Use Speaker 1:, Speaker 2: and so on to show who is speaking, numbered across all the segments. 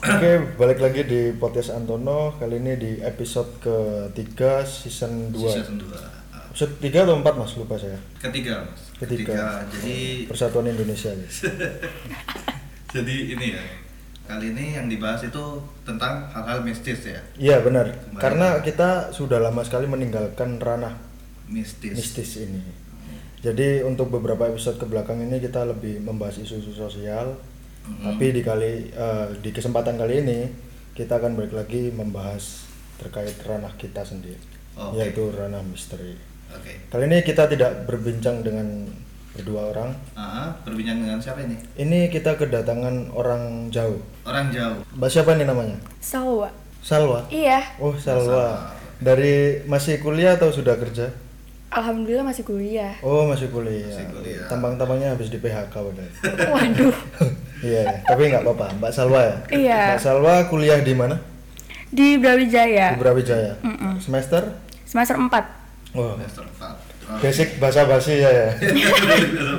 Speaker 1: Oke, balik lagi di podcast Antono. Kali ini di episode ketiga season 2.
Speaker 2: season 2
Speaker 1: Episode 3 atau 4 Mas, lupa saya.
Speaker 2: ketiga mas
Speaker 1: Ketiga.
Speaker 2: jadi
Speaker 1: Persatuan Indonesia. guys.
Speaker 2: jadi ini ya kali ini yang dibahas itu tentang hal-hal mistis ya
Speaker 1: Iya, benar.
Speaker 2: Kembali.
Speaker 1: Karena kita sudah lama sekali meninggalkan ranah
Speaker 2: mistis,
Speaker 1: mistis ini. Jadi untuk beberapa episode ke belakang ini kita lebih membahas isu-isu sosial.
Speaker 2: Mm-hmm.
Speaker 1: Tapi di kali eh, di kesempatan kali ini kita akan balik lagi membahas terkait ranah kita sendiri,
Speaker 2: Oke.
Speaker 1: yaitu ranah misteri.
Speaker 2: oke
Speaker 1: Kali ini kita tidak berbincang dengan berdua orang.
Speaker 2: Ah, berbincang dengan siapa ini
Speaker 1: Ini kita kedatangan orang jauh.
Speaker 2: orang jauh
Speaker 1: Mbak siapa nih namanya?
Speaker 3: Sawa.
Speaker 1: Salwa.
Speaker 3: Iya,
Speaker 1: Oh, Salwa. Dari masih kuliah atau sudah kerja?
Speaker 3: alhamdulillah masih kuliah.
Speaker 1: Oh, masih kuliah.
Speaker 2: Masih kuliah.
Speaker 1: Tampang-tampangnya habis di PHK padahal.
Speaker 3: Waduh.
Speaker 1: Iya, tapi nggak apa-apa. Mbak Salwa ya?
Speaker 3: Iya.
Speaker 1: Mbak Salwa kuliah di mana? Di
Speaker 3: Di Brawijaya,
Speaker 1: Brawijaya. Semester?
Speaker 3: semester 4.
Speaker 1: Wah.
Speaker 2: semester 4
Speaker 1: Basic bahasa basi ya ya.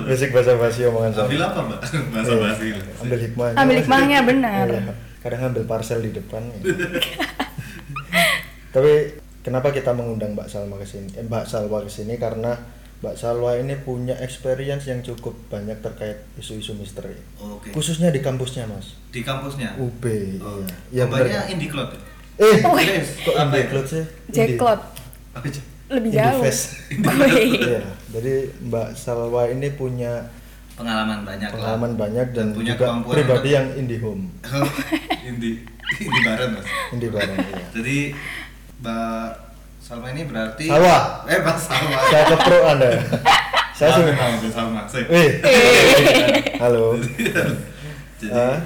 Speaker 1: Basic bahasa basi omongan saya.
Speaker 2: ambil apa mbak bahasa basi
Speaker 1: Ambil hikmahnya.
Speaker 3: Ambil hikmahnya Ah, benar.
Speaker 1: Iya, kadang ambil parcel di depan. ya. Tapi kenapa kita mengundang Mbak Salma ke sini? Eh, Mbak Salwa ke sini karena Mbak Salwa ini punya experience yang cukup banyak terkait isu-isu misteri.
Speaker 2: oke
Speaker 1: Khususnya di kampusnya, Mas.
Speaker 2: di kampusnya
Speaker 1: UB.
Speaker 2: Oh,
Speaker 1: Iya. Iya benar.
Speaker 2: Gambarnya IndiCloud ya?
Speaker 1: Eh,
Speaker 3: Wih.
Speaker 2: Yes.
Speaker 1: kok
Speaker 2: Apa ya?
Speaker 1: Indicloud sih?
Speaker 3: Jackpot
Speaker 2: Apa aja?
Speaker 3: lebih
Speaker 1: Indie
Speaker 3: jauh.
Speaker 1: Fest.
Speaker 3: Wih.
Speaker 1: Iya, jadi Mbak Salwa ini punya
Speaker 2: pengalaman banyak lah
Speaker 1: pengalaman banyak dan,
Speaker 2: Dan punya
Speaker 1: juga
Speaker 2: kemampuan
Speaker 1: pribadi
Speaker 2: untuk-
Speaker 1: yang indie home,
Speaker 2: Indi Indi Barat mas
Speaker 1: indie barang. Iya.
Speaker 2: Jadi Mbak Salma ini berarti
Speaker 1: Salwa.
Speaker 2: Eh Mbak Salma.
Speaker 1: Saya kepro Anda. Saya
Speaker 2: Maaf,
Speaker 1: sudah
Speaker 2: maaf, Mbak Salma. Saya.
Speaker 1: Eh. Halo. Ah,
Speaker 2: Jadi
Speaker 1: Hah?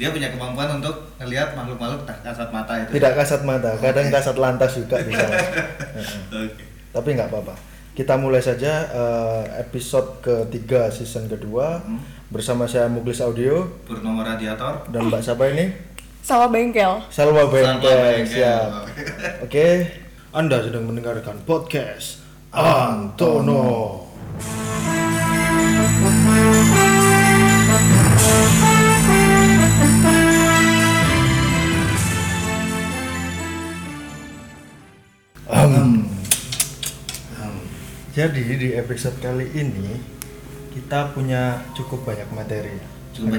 Speaker 2: dia punya kemampuan untuk melihat makhluk-makhluk tak kasat mata itu. ya?
Speaker 1: Tidak kasat mata, kadang kasat lantas juga bisa. Heeh.
Speaker 2: Oke.
Speaker 1: Tapi nggak apa-apa. Kita mulai saja eh, episode ketiga season kedua
Speaker 2: Hmm.
Speaker 1: bersama saya Muglis Audio
Speaker 2: Purnomo Radiator.
Speaker 1: dan Mbak siapa ini?
Speaker 3: Sawa bengkel.
Speaker 1: Salwa Bengkel.
Speaker 2: Bengkel.
Speaker 1: Siap. Oke. Anda sedang mendengarkan podcast Antono. Jadi di episode kali ini kita punya cukup banyak materi.
Speaker 2: Cukup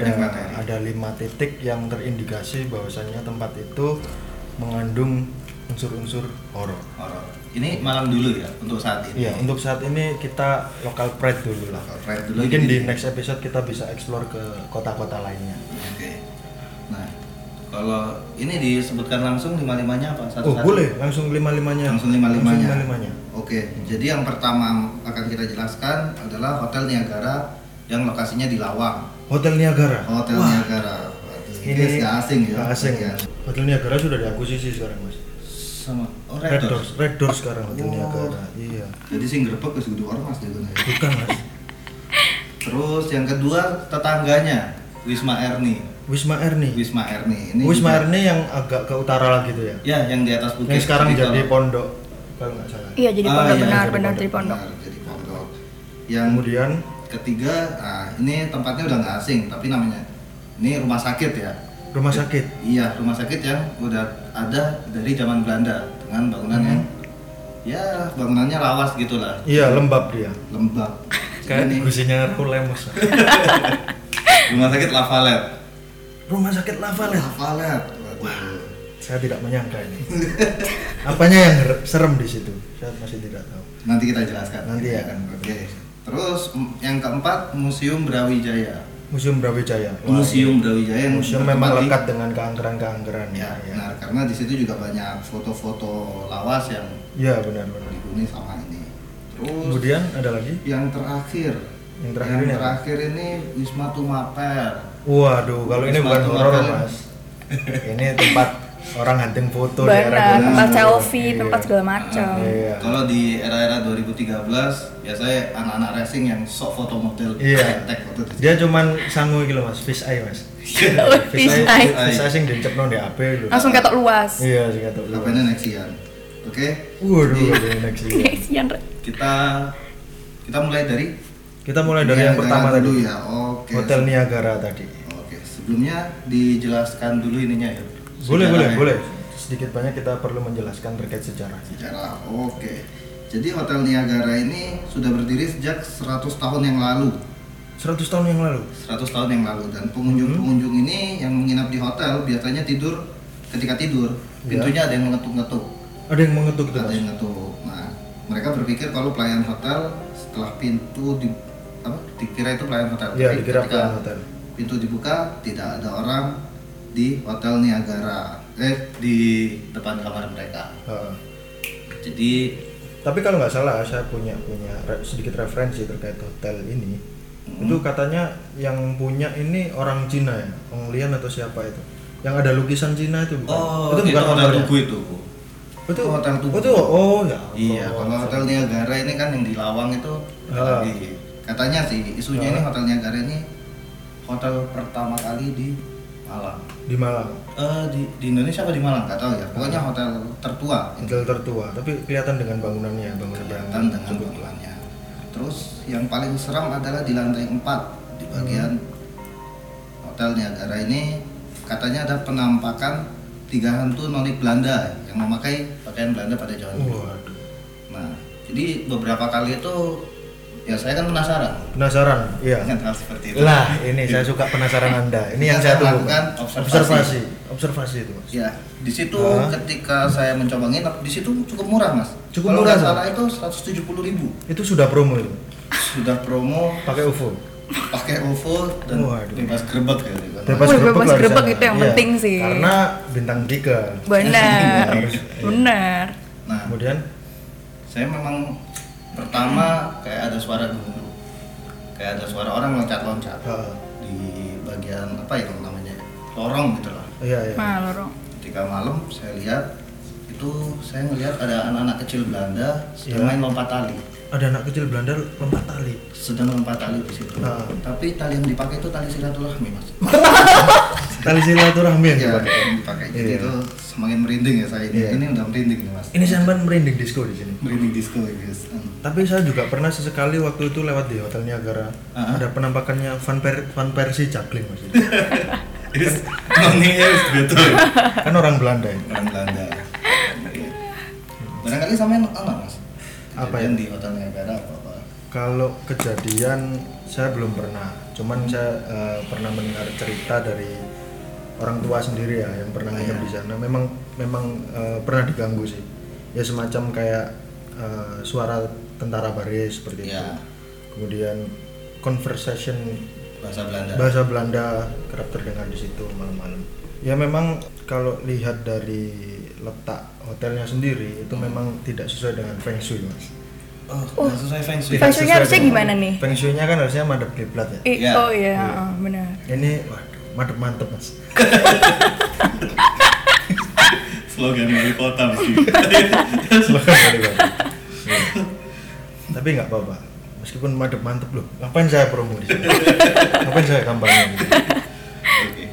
Speaker 1: ada,
Speaker 2: banyak materi.
Speaker 1: Ada lima titik yang terindikasi bahwasannya tempat itu mengandung unsur-unsur horor.
Speaker 2: Horor. Ini malam dulu ya untuk saat ini.
Speaker 1: Iya, untuk saat ini kita lokal pride dulu lah.
Speaker 2: Local pride dulu,
Speaker 1: Mungkin
Speaker 2: jadi-
Speaker 1: di next episode kita bisa explore ke kota-kota lainnya.
Speaker 2: Oke. Nah, kalau ini disebutkan langsung lima-limanya
Speaker 1: Oh,
Speaker 2: apa? Satu-satu?
Speaker 1: boleh langsung lima-limanya.
Speaker 2: Langsung
Speaker 1: Ya,
Speaker 2: lima-limanya.
Speaker 1: Langsung lima-limanya.
Speaker 2: Oke, jadi yang pertama akan kita jelaskan adalah Hotel Niagara yang lokasinya di Lawang. Oh,
Speaker 1: Hotel Niagara.
Speaker 2: Hotel
Speaker 1: Wah,
Speaker 2: Niagara. Inggris nggak asing ya.
Speaker 1: nggak asing.
Speaker 2: Ya.
Speaker 1: Hotel Niagara sudah diakuisisi sekarang, Mas.
Speaker 2: Sama oh,
Speaker 1: Red
Speaker 2: Red, Doors.
Speaker 1: Doors, Red Doors sekarang Hotel
Speaker 2: Oh.
Speaker 1: Niagara. Iya.
Speaker 2: Jadi sing grebek wis kudu ormas dia bener.
Speaker 1: Bukan, Mas.
Speaker 2: Terus yang kedua tetangganya Wisma Erni.
Speaker 1: Wisma Erni.
Speaker 2: Wisma Erni. Ini
Speaker 1: Wisma
Speaker 2: juga-
Speaker 1: Erni yang agak ke utara lagi tuh ya.
Speaker 2: Ya, yang di atas bukit.
Speaker 1: Yang sekarang
Speaker 2: Jadi
Speaker 1: jadi
Speaker 2: kalau-
Speaker 1: pondok kalau nggak salah.
Speaker 3: Iya, jadi
Speaker 2: Ah,
Speaker 3: pondok
Speaker 2: iya,
Speaker 3: benar,
Speaker 1: jadi
Speaker 3: benar
Speaker 1: pondok.
Speaker 3: jadi pondok.
Speaker 2: Benar, jadi pondok. Yang
Speaker 1: Kemudian
Speaker 2: ketiga, ah, ini tempatnya udah nggak asing, tapi namanya ini rumah sakit ya.
Speaker 1: rumah sakit.
Speaker 2: Iya, rumah sakit yang udah ada dari zaman Belanda dengan bangunan yang ya bangunannya lawas gitulah,
Speaker 1: Hmm. Iya, Kan? lembab dia.
Speaker 2: lembab.
Speaker 1: Kayak
Speaker 2: Jadi ini
Speaker 1: gusinya Raul Lemos.
Speaker 2: rumah sakit Lavalet.
Speaker 1: Rumah sakit lava lah.
Speaker 2: Lavalet. Waduh.
Speaker 1: Saya tidak menyangka ini. Apanya yang her- serem di situ? Saya masih tidak tahu.
Speaker 2: Nanti kita jelaskan.
Speaker 1: Nanti ya.
Speaker 2: Oke. Terus mm, yang keempat Museum Brawijaya.
Speaker 1: Museum Brawijaya. Wah, iya.
Speaker 2: Museum Brawijaya yang
Speaker 1: Museum
Speaker 2: bertempat
Speaker 1: memang
Speaker 2: di-
Speaker 1: lekat dengan keangkeran-keangkeran
Speaker 2: Ya,
Speaker 1: ya. Ya,
Speaker 2: benar. Karena di situ juga banyak foto-foto lawas yang
Speaker 1: Iya, benar-benar.
Speaker 2: dihuni sama ini. Terus
Speaker 1: Kemudian ada lagi?
Speaker 2: yang terakhir
Speaker 1: Yang terakhir ini apa?
Speaker 2: terakhir ini Wisma Tumapel.
Speaker 1: Waduh, kalau ini
Speaker 2: Wisma
Speaker 1: bukan
Speaker 2: Atlet.
Speaker 1: horor, Mas. Ini tempat orang hunting foto
Speaker 3: Benar,
Speaker 1: Gunung
Speaker 3: tempat
Speaker 1: Kidul.
Speaker 3: selfie,
Speaker 1: Iya.
Speaker 3: tempat segala macam.
Speaker 1: Iya.
Speaker 2: Kalau di era-era 2013 biasanya anak-anak racing yang sok foto model
Speaker 1: Iya.
Speaker 2: tag foto di
Speaker 1: Dia cuman sangu gitu loh, Mas, fish eye, Mas.
Speaker 3: Fish eye.
Speaker 1: Fish eye sing diencepno di HP lho.
Speaker 3: Langsung ketok luas.
Speaker 1: Iya, sing ketok.
Speaker 2: HP ini Nexian. Oke.
Speaker 1: Waduh,
Speaker 2: Jadi,
Speaker 1: ini next ya.
Speaker 3: Kasihan, Re.
Speaker 2: kita kita mulai dari
Speaker 1: Kita mulai dari yang
Speaker 2: Niagara
Speaker 1: pertama
Speaker 2: Iya, dulu
Speaker 1: tadi.
Speaker 2: ya. Oke.
Speaker 1: Hotel Niagara tadi.
Speaker 2: Oke, se- sebelumnya dijelaskan dulu ininya ya.
Speaker 1: Boleh, boleh,
Speaker 2: Sejarahnya.
Speaker 1: boleh. Sedikit banyak kita perlu menjelaskan terkait sejarah.
Speaker 2: Sejarah. Oke. Jadi Hotel Niagara ini sudah berdiri sejak 100 tahun yang lalu.
Speaker 1: 100 tahun yang lalu.
Speaker 2: 100 tahun yang lalu dan pengunjung-pengunjung
Speaker 1: Hmm.
Speaker 2: ini yang menginap di hotel biasanya tidur ketika tidur.
Speaker 1: Ya.
Speaker 2: Pintunya ada yang mengetuk-ngetuk.
Speaker 1: Ada yang mengetuk itu,
Speaker 2: Ada
Speaker 1: Mas.
Speaker 2: yang ngetuk. Nah, mereka berpikir kalau pelayan hotel setelah pintu di apa? Dikira itu pelayan hotel.
Speaker 1: Iya,
Speaker 2: Tapi
Speaker 1: dikira
Speaker 2: ketika
Speaker 1: pelayan hotel.
Speaker 2: Pintu dibuka, tidak ada orang di Hotel Niagara. Eh, di depan kamar mereka.
Speaker 1: Heeh.
Speaker 2: Jadi
Speaker 1: Tapi kalau nggak salah saya punya punya re- sedikit referensi terkait hotel ini. Itu katanya yang punya ini orang Cina ya, Ong Lian atau siapa itu? Yang ada lukisan Cina itu bukan? ya?
Speaker 2: Oh,
Speaker 1: itu bukan
Speaker 2: hotel
Speaker 1: hotelnya?
Speaker 2: tugu itu.
Speaker 1: Itu
Speaker 2: Oh, hotel tugu.
Speaker 1: Oh, itu- oh ya. Allah.
Speaker 2: Iya, kalau hotel Niagara ini kan yang di Lawang itu
Speaker 1: Ah.
Speaker 2: lagi. Katanya sih isunya ini hotel Niagara ini hotel pertama kali di Malang.
Speaker 1: di Malang.
Speaker 2: Eh di, di Indonesia apa di Malang? Gak tahu ya. Pokoknya hotel tertua
Speaker 1: Hotel tertua, tapi kelihatan dengan bangunannya, bangunan
Speaker 2: kelihatan dengan bangunannya. Terus yang paling seram adalah di lantai 4 di bagian hotel Niagara ini katanya ada penampakan tiga hantu nonik Belanda yang memakai pakaian Belanda pada zaman dulu.
Speaker 1: Waduh.
Speaker 2: Nah, jadi beberapa kali itu ya saya kan penasaran
Speaker 1: Penasaran? Iya.
Speaker 2: dengan hal seperti itu.
Speaker 1: Lah, ini saya suka penasaran Anda. Ini yang saya
Speaker 2: Kita
Speaker 1: tunggu.
Speaker 2: lakukan
Speaker 1: Pak.
Speaker 2: observasi.
Speaker 1: observasi. Observasi itu, Mas.
Speaker 2: Ya, di situ
Speaker 1: Hah?
Speaker 2: ketika saya mencoba nginep di situ cukup murah, Mas.
Speaker 1: Cukup
Speaker 2: Kalau
Speaker 1: murah,
Speaker 2: nggak
Speaker 1: Mas.
Speaker 2: salah itu 170.000.
Speaker 1: Itu sudah promo itu.
Speaker 2: Sudah promo
Speaker 1: Pakai UFO.
Speaker 2: pakai OVO dan
Speaker 1: Waduh.
Speaker 2: bebas gerbek ya. di mana.
Speaker 1: Bebas
Speaker 3: Wih,
Speaker 1: gerbek
Speaker 3: bebas
Speaker 1: lah di
Speaker 3: gerbek
Speaker 1: sana.
Speaker 3: itu yang
Speaker 1: Iya.
Speaker 3: penting sih.
Speaker 1: Karena bintang tiga.
Speaker 3: Bener,
Speaker 1: Harus-
Speaker 3: bener.
Speaker 2: Nah,
Speaker 1: Kemudian
Speaker 2: saya memang pertama kayak ada suara gemuruh. Kayak ada suara orang loncat-loncat
Speaker 1: Heeh.
Speaker 2: di bagian apa ya kalau namanya? Lorong gitu lah.
Speaker 1: iya iya.
Speaker 3: Malu Rong.
Speaker 2: ketika malam saya lihat itu saya melihat ada anak-anak kecil Belanda sedang
Speaker 1: Iya.
Speaker 2: main lompat tali
Speaker 1: Ada anak kecil Belanda lompat tali.
Speaker 2: sedang lompat tali di situ
Speaker 1: Ah.
Speaker 2: tapi tali yang dipakai itu tali silaturahmi mas
Speaker 1: Tali silaturahmi yang
Speaker 2: Iya,
Speaker 1: dipakai.
Speaker 2: yang dipakai jadi
Speaker 1: Iya.
Speaker 2: itu semakin merinding ya saya ini
Speaker 1: Iya.
Speaker 2: ini udah merinding nih mas
Speaker 1: Ini sampean merinding disco di sini.
Speaker 2: merinding disco ya guys Hmm.
Speaker 1: Tapi saya juga pernah sesekali waktu itu lewat di Hotel Niagara.
Speaker 2: Ah.
Speaker 1: Ada penampakannya Van, per Van Persie juggling Mas.
Speaker 2: Is- nongengnya is betul
Speaker 1: kan orang Belanda ya.
Speaker 2: orang Belanda Oke. barangkali sama yang apa mas
Speaker 1: Apa
Speaker 2: Kejadian
Speaker 1: ya?
Speaker 2: di hotel Niagara apa apa
Speaker 1: Kalau kejadian saya belum pernah, cuman saya eh, pernah mendengar cerita dari orang tua sendiri ya yang pernah nginep di sana. Memang memang eh, pernah diganggu sih. Ya semacam kayak eh, suara tentara baris seperti itu.
Speaker 2: Iya.
Speaker 1: Kemudian conversation
Speaker 2: bahasa Belanda
Speaker 1: bahasa Belanda kerap terdengar di situ malam-malam. Ya memang kalau lihat dari letak hotelnya sendiri itu memang tidak sesuai dengan feng shui mas.
Speaker 2: oh, nggak sesuai feng shui
Speaker 1: Tidak Iya,
Speaker 3: Feng shui-nya
Speaker 1: sesuai
Speaker 3: harusnya
Speaker 1: dengan-
Speaker 3: gimana nih?
Speaker 1: Feng shui-nya kan harusnya madep kiblat ya.
Speaker 3: I-
Speaker 2: Iya.
Speaker 3: Oh iya, ah, bener.
Speaker 1: Ini waduh, madep mantep mas.
Speaker 2: slogan wali kota mesti
Speaker 1: Silakan Pak Dewa. Ya. Tapi nggak apa-apa. Meskipun madep mantep loh. Ngapain saya promo di sini? Ngapain saya kampanye? Gitu.
Speaker 2: oke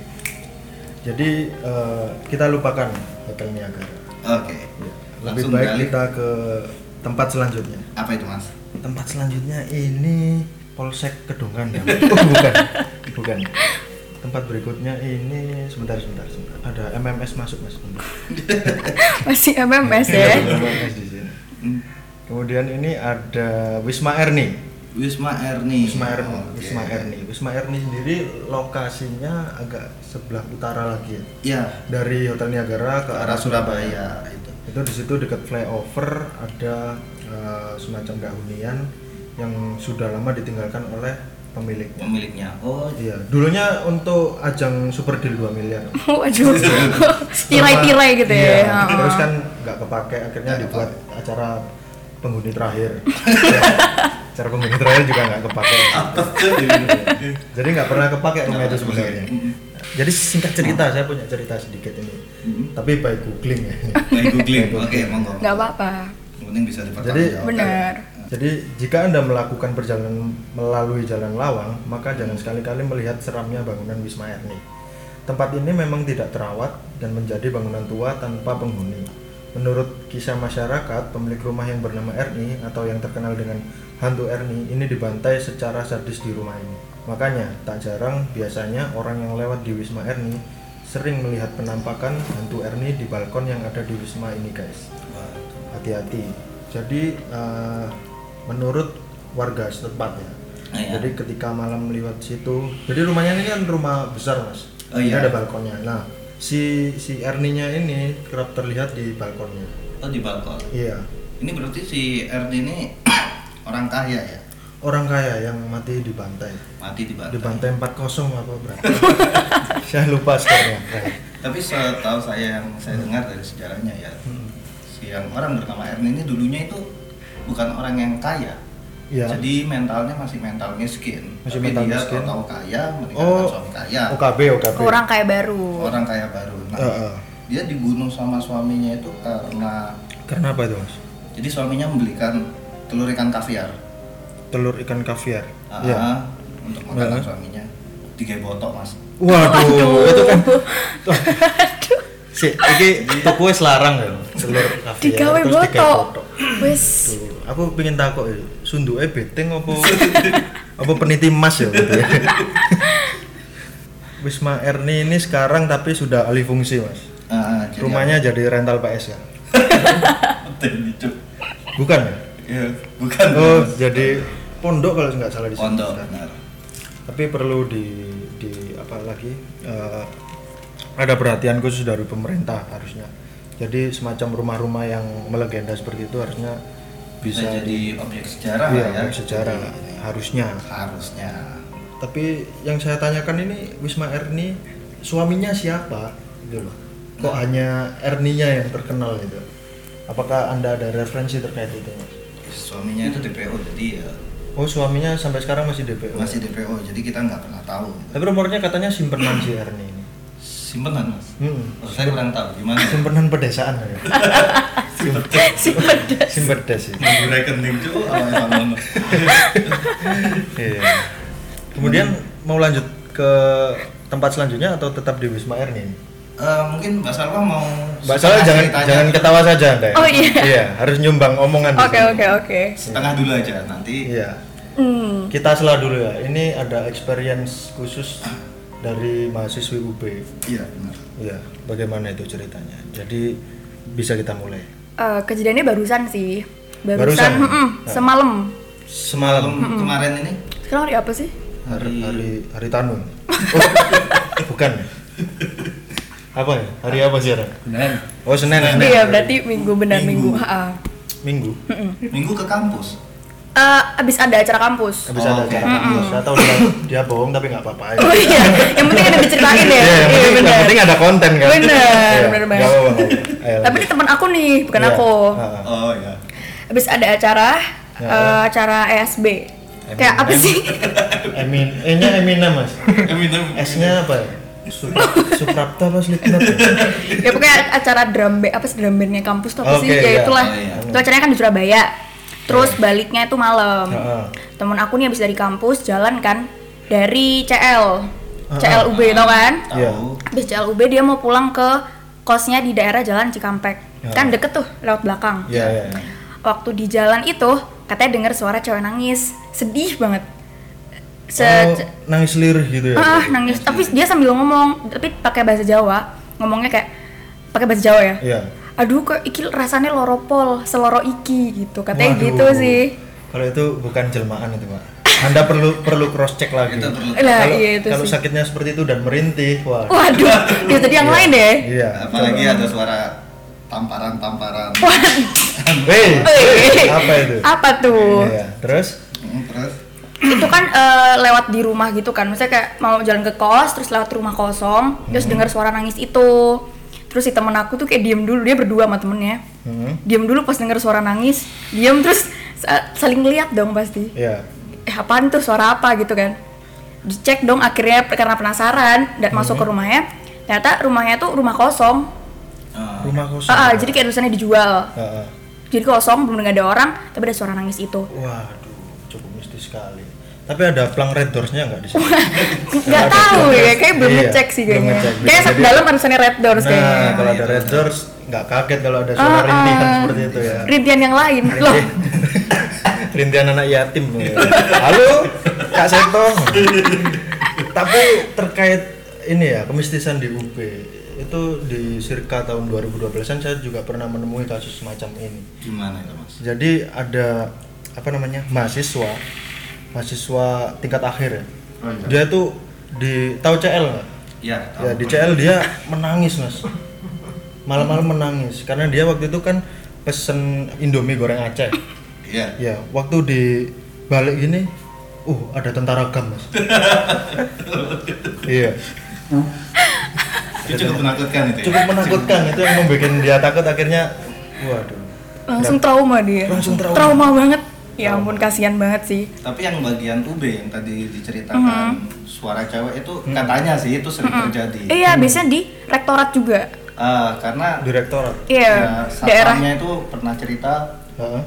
Speaker 1: Jadi eh, kita lupakan hotel Niagara.
Speaker 2: Oke.
Speaker 1: Ya. Lebih
Speaker 2: Iya. Langsung
Speaker 1: baik
Speaker 2: balik.
Speaker 1: kita ke tempat selanjutnya.
Speaker 2: Apa itu mas?
Speaker 1: Tempat selanjutnya ini Polsek Kedongan ya. Oh, bukan. Bukan. Tempat berikutnya ini sebentar sebentar sebentar. Ada MMS masuk Mas. Bentar.
Speaker 3: Masih MMS ya.
Speaker 1: Ada MMS di sini. Kemudian ini ada Wisma Erni.
Speaker 2: Wisma Erni.
Speaker 1: Wisma Erni,
Speaker 2: Oh, Oke.
Speaker 1: Wisma Erni. Wisma Erni sendiri lokasinya agak sebelah utara lagi ya.
Speaker 2: Iya.
Speaker 1: Dari Hotel Niagara ke arah Surabaya.
Speaker 2: itu.
Speaker 1: Itu di situ dekat flyover ada eh, semacam gahunian yang sudah lama ditinggalkan oleh pemiliknya.
Speaker 2: Pemiliknya. Oh.
Speaker 1: Iya, dulunya untuk ajang Super Deal 2 miliar.
Speaker 3: Waduh, tirai-tirai gitu
Speaker 1: Iya,
Speaker 3: ya. Ah,
Speaker 1: terus
Speaker 3: ah.
Speaker 1: kan nggak kepake akhirnya
Speaker 2: Nggak
Speaker 1: dibuat acara penghuni terakhir. Ya, acara penghuni terakhir juga nggak kepake.
Speaker 2: gitu.
Speaker 1: Jadi nggak pernah kepake rumah itu sebenarnya.
Speaker 3: Iya.
Speaker 1: Jadi singkat cerita saya punya cerita sedikit ini.
Speaker 3: Mm-hmm.
Speaker 1: Tapi by googling ya.
Speaker 2: Baik googling. Oke, monggo.
Speaker 3: Nggak apa-apa,
Speaker 2: Yang Penting bisa
Speaker 1: Jadi-
Speaker 2: dipertanggungjawabkan.
Speaker 3: bener.
Speaker 1: Jadi jika Anda melakukan perjalanan melalui jalan lawang, maka jangan sekali-kali melihat seramnya bangunan Wisma Erni. Tempat ini memang tidak terawat dan menjadi bangunan tua tanpa penghuni. Menurut kisah masyarakat, pemilik rumah yang bernama Erni atau yang terkenal dengan hantu Erni ini dibantai secara sadis di rumah ini. Makanya, tak jarang biasanya orang yang lewat di Wisma Erni sering melihat penampakan hantu Erni di balkon yang ada di Wisma ini, guys.
Speaker 2: Wah, itu.
Speaker 1: Hati-hati. Jadi, eh, menurut warga setempat ya.
Speaker 2: Ah, iya.
Speaker 1: Jadi ketika malam lewat situ, jadi rumahnya ini kan rumah besar, Mas.
Speaker 2: Oh,
Speaker 1: Ini
Speaker 2: iya.
Speaker 1: ada balkonnya. Nah, si si Erninya ini kerap terlihat di balkonnya.
Speaker 2: Oh, di balkon.
Speaker 1: Iya,
Speaker 2: Ini berarti si Erni ini orang kaya ya,
Speaker 1: orang kaya yang mati di bantai.
Speaker 2: mati di
Speaker 1: Di
Speaker 2: balkon.
Speaker 1: bantai 40 apa berapa? Saya lupa sekarang.
Speaker 2: Tapi setahu saya yang saya dengar dari sejarahnya ya,
Speaker 1: Hmm.
Speaker 2: si yang orang bernama Erni ini dulunya itu bukan orang yang kaya.
Speaker 1: Iya.
Speaker 2: Jadi mentalnya masih mental miskin.
Speaker 1: Masih
Speaker 2: Tapi
Speaker 1: mental
Speaker 2: dia
Speaker 1: miskin.
Speaker 2: tahu kaya, menikahkan
Speaker 1: Oh,
Speaker 2: suami kaya,
Speaker 1: OKB, OKB.
Speaker 3: Orang kaya baru.
Speaker 2: orang kaya baru. Nah,
Speaker 1: Heeh.
Speaker 2: dia dibunuh sama suaminya itu karena
Speaker 1: Karena apa itu, Mas?
Speaker 2: jadi suaminya membelikan telur ikan kaviar
Speaker 1: Telur ikan kaviar.
Speaker 2: Ah,
Speaker 1: Iya.
Speaker 2: untuk makanan
Speaker 1: Heeh.
Speaker 2: suaminya tiga botok mas.
Speaker 1: Waduh, itu kan. Si, iki toko wis larang ya. Telur kaviar.
Speaker 3: Digawe
Speaker 1: terus digawe
Speaker 3: botok. Wes.
Speaker 1: Tuh, aku pengen takut ya, sunduke beteng apa apa peniti emas ya gitu ya. Wisma Erni ini sekarang tapi sudah alih fungsi mas.
Speaker 2: Ah, jadi
Speaker 1: Rumahnya
Speaker 3: Iya.
Speaker 1: jadi rental PS ya?
Speaker 2: apa? Betul, itu.
Speaker 1: Bukan ya?
Speaker 2: Ya, bukan.
Speaker 1: Oh
Speaker 2: Mas.
Speaker 1: jadi pondok kalau nggak salah di sini.
Speaker 2: pondok benar.
Speaker 1: Tapi perlu di di apa lagi? eh, ada perhatian khusus dari pemerintah harusnya. Jadi semacam rumah-rumah yang melegenda seperti itu harusnya
Speaker 2: Bisa
Speaker 1: bisa
Speaker 2: jadi objek sejarah
Speaker 1: Iya,
Speaker 2: ya.
Speaker 1: sejarah harusnya.
Speaker 2: Harusnya.
Speaker 1: Tapi yang saya tanyakan ini Wisma Erni suaminya siapa gitu loh. Kok
Speaker 2: Nah.
Speaker 1: hanya Erninya yang terkenal gitu. Apakah Anda ada referensi terkait itu? Mas?
Speaker 2: Suaminya itu DPO jadi ya
Speaker 1: Oh, suaminya sampai sekarang masih DPO.
Speaker 2: masih DPO jadi kita nggak pernah tahu.
Speaker 1: Tapi rumornya katanya simpenan si Erni ini.
Speaker 2: Simpenan mas.
Speaker 1: Hmm.
Speaker 2: Oh, saya kurang tahu gimana.
Speaker 1: Simpenan pedesaan ya.
Speaker 3: Si pedes.
Speaker 1: Simpedes ya.
Speaker 2: Di rekening tuh apa yang sama?
Speaker 1: Iya. Kemudian
Speaker 3: Hmm.
Speaker 1: mau lanjut ke tempat selanjutnya atau tetap di Wisma Erni? ini?
Speaker 2: Eh, mungkin Mbak Salma mau
Speaker 1: Mbak Salah jangan
Speaker 2: ceritanya
Speaker 1: jangan
Speaker 2: dulu.
Speaker 1: ketawa saja Anda. ya.
Speaker 3: Oh, iya.
Speaker 1: harus nyumbang omongan. di
Speaker 3: Oke
Speaker 1: sini.
Speaker 3: oke oke.
Speaker 2: setengah dulu aja nanti
Speaker 1: Iya.
Speaker 3: Hmm.
Speaker 1: Kita selah dulu ya. Ini ada experience khusus dari mahasiswi UB.
Speaker 2: iya benar
Speaker 1: Iya, bagaimana itu ceritanya? Jadi bisa kita mulai.
Speaker 3: Eh, kejadiannya barusan sih.
Speaker 1: Barusan?
Speaker 3: Barusan, mm-mm,
Speaker 1: Nah.
Speaker 3: semalam.
Speaker 1: Semalam
Speaker 3: Hmm.
Speaker 2: Belum kemarin ini
Speaker 3: Sekarang hari apa sih?
Speaker 1: hari
Speaker 2: hari-
Speaker 1: hari, hari Tanung. Oh, bukan. Apa ya? Hari apa sih, Ran?
Speaker 2: Senin
Speaker 1: Oh, Senin. Senin.
Speaker 3: Iya, berarti minggu benar minggu.
Speaker 2: Minggu.
Speaker 3: Ah, ah.
Speaker 1: Minggu.
Speaker 2: minggu ke kampus
Speaker 3: Eh, abis ada acara kampus.
Speaker 1: Habis
Speaker 2: Oh,
Speaker 1: ada
Speaker 2: oke.
Speaker 1: acara kampus. Saya tahu dia, dia bohong tapi nggak apa-apa.
Speaker 3: Oh iya, yang penting ada diceritain ya.
Speaker 1: Iya, yang penting, yang penting ada konten kan.
Speaker 3: Bener,
Speaker 1: Iya,
Speaker 3: bener
Speaker 1: nggak
Speaker 3: banget.
Speaker 1: apa-apa. Ayo,
Speaker 3: Tapi
Speaker 1: lanjut.
Speaker 3: ini teman aku nih, bukan
Speaker 1: Iya.
Speaker 3: aku.
Speaker 1: Ah, ah.
Speaker 2: oh ya
Speaker 3: Abis ada acara,
Speaker 1: Ya.
Speaker 3: eh, acara ESB. Kayak apa
Speaker 1: Eminem.
Speaker 3: sih?
Speaker 1: Emin, E-nya Eminem mas.
Speaker 2: Eminem
Speaker 1: S-nya apa? ya? Su- Suprapto apa Slipknot? ya?
Speaker 3: ya pokoknya acara drum band, apa sih drum bandnya kampus tuh apa
Speaker 1: Oke,
Speaker 3: sih? Ya
Speaker 1: iya.
Speaker 3: itulah.
Speaker 2: Iya, iya.
Speaker 3: Itu acaranya kan di Surabaya. Terus baliknya itu malam.
Speaker 1: Heeh.
Speaker 3: Temen aku nih abis dari kampus jalan kan dari CL.
Speaker 1: Heeh.
Speaker 3: CLUB tau kan?
Speaker 1: Iya.
Speaker 2: tahu
Speaker 3: Abis CLUB dia mau pulang ke kosnya di daerah Jalan Cikampek.
Speaker 1: Heeh.
Speaker 3: Kan deket tuh lewat belakang.
Speaker 1: Iya, iya.
Speaker 3: waktu di jalan itu katanya dengar suara cewek nangis sedih banget Se
Speaker 1: Oh, nangis lirih gitu ya?
Speaker 3: ah nangis tapi dia sambil ngomong tapi pakai bahasa Jawa ngomongnya kayak pakai bahasa Jawa ya
Speaker 1: Iya.
Speaker 3: aduh kok iki rasanya loropol seloro iki gitu katanya
Speaker 1: Waduh.
Speaker 3: gitu sih
Speaker 1: Kalau itu bukan jelmaan itu pak. Anda perlu perlu cross check lagi.
Speaker 2: Itu perlu.
Speaker 3: Lah,
Speaker 1: Kalau-
Speaker 3: iya itu
Speaker 1: Kalau
Speaker 3: sih. Oh,
Speaker 1: sakitnya seperti itu dan merintih, wah.
Speaker 3: waduh itu tadi yang lain deh
Speaker 1: Iya.
Speaker 2: apalagi ada suara tamparan tamparan
Speaker 1: Hei,
Speaker 3: Wih,
Speaker 1: Iya. apa itu?
Speaker 3: apa tuh
Speaker 1: Iya. Terus?
Speaker 2: Hmm, terus
Speaker 1: Iya.
Speaker 3: itu kan eh, lewat di rumah gitu kan maksudnya kayak mau jalan ke kos terus lewat rumah kosong terus
Speaker 1: Hmm.
Speaker 3: dengar suara nangis itu terus si temen aku tuh kayak diem dulu dia berdua sama temennya
Speaker 1: Hmm,
Speaker 3: diem dulu pas dengar suara nangis diem terus sa- saling lihat dong pasti
Speaker 1: Iya.
Speaker 3: eh apaan tuh suara apa gitu kan dicek dong akhirnya pe- karena penasaran
Speaker 1: Hmm.
Speaker 3: dan masuk ke rumahnya ternyata rumahnya tuh rumah kosong
Speaker 1: Oh,
Speaker 2: Ah,
Speaker 1: Rumah kosong.
Speaker 3: Ah, ah, jadi kayak tulisannya dijual
Speaker 1: Ah, ah.
Speaker 3: jadi kosong belum nggak ada orang tapi ada suara nangis itu
Speaker 1: Waduh, cukup mistis sekali. Tapi ada plang red doors-nya nggak di sini?
Speaker 3: nggak
Speaker 1: ada
Speaker 3: tahu
Speaker 1: filter.
Speaker 3: ya kayak belum
Speaker 1: Iya,
Speaker 3: ngecek sih
Speaker 1: belum
Speaker 3: kayaknya
Speaker 1: ngecek.
Speaker 3: kayak
Speaker 1: Jadi-
Speaker 3: dalam harusnya red doors kayaknya
Speaker 1: Nah, kalau ada red doors nggak kaget kalau ada suara
Speaker 3: Ah,
Speaker 1: rintihan
Speaker 3: ah.
Speaker 1: seperti itu ya.
Speaker 3: rintian yang lain loh
Speaker 1: iya. Rintihan anak yatim. ya. Halo, Kak Seto. Tapi terkait ini ya, kemistisan di UB itu di circa tahun 2012-an saya juga pernah menemui kasus semacam ini.
Speaker 2: Gimana itu mas?
Speaker 1: Jadi ada apa namanya? mahasiswa mahasiswa tingkat akhir ya.
Speaker 2: Oh, iya.
Speaker 1: Dia tuh di tahu CL nggak?
Speaker 2: Ya,
Speaker 1: Ya di CL dia menangis mas, malam-malam menangis karena dia waktu itu kan pesen Indomie goreng Aceh.
Speaker 2: Iya.
Speaker 1: Ya waktu di balik gini, uh ada tentara gam mas. Iya
Speaker 2: Itu cukup menakutkan itu. ya?
Speaker 1: cukup menakutkan itu yang membuat dia takut akhirnya, waduh.
Speaker 3: langsung trauma dia
Speaker 1: Langsung trauma.
Speaker 3: banget ya ampun kasihan banget sih
Speaker 2: Tapi yang bagian UB yang tadi diceritakan
Speaker 3: Mm-hmm.
Speaker 2: suara cewek itu katanya sih itu sering terjadi.
Speaker 3: iya biasanya di rektorat juga
Speaker 2: Ah, karena
Speaker 1: Direktorat.
Speaker 3: iya
Speaker 2: ya,
Speaker 3: daerah
Speaker 2: satpamnya itu pernah cerita
Speaker 1: Heeh.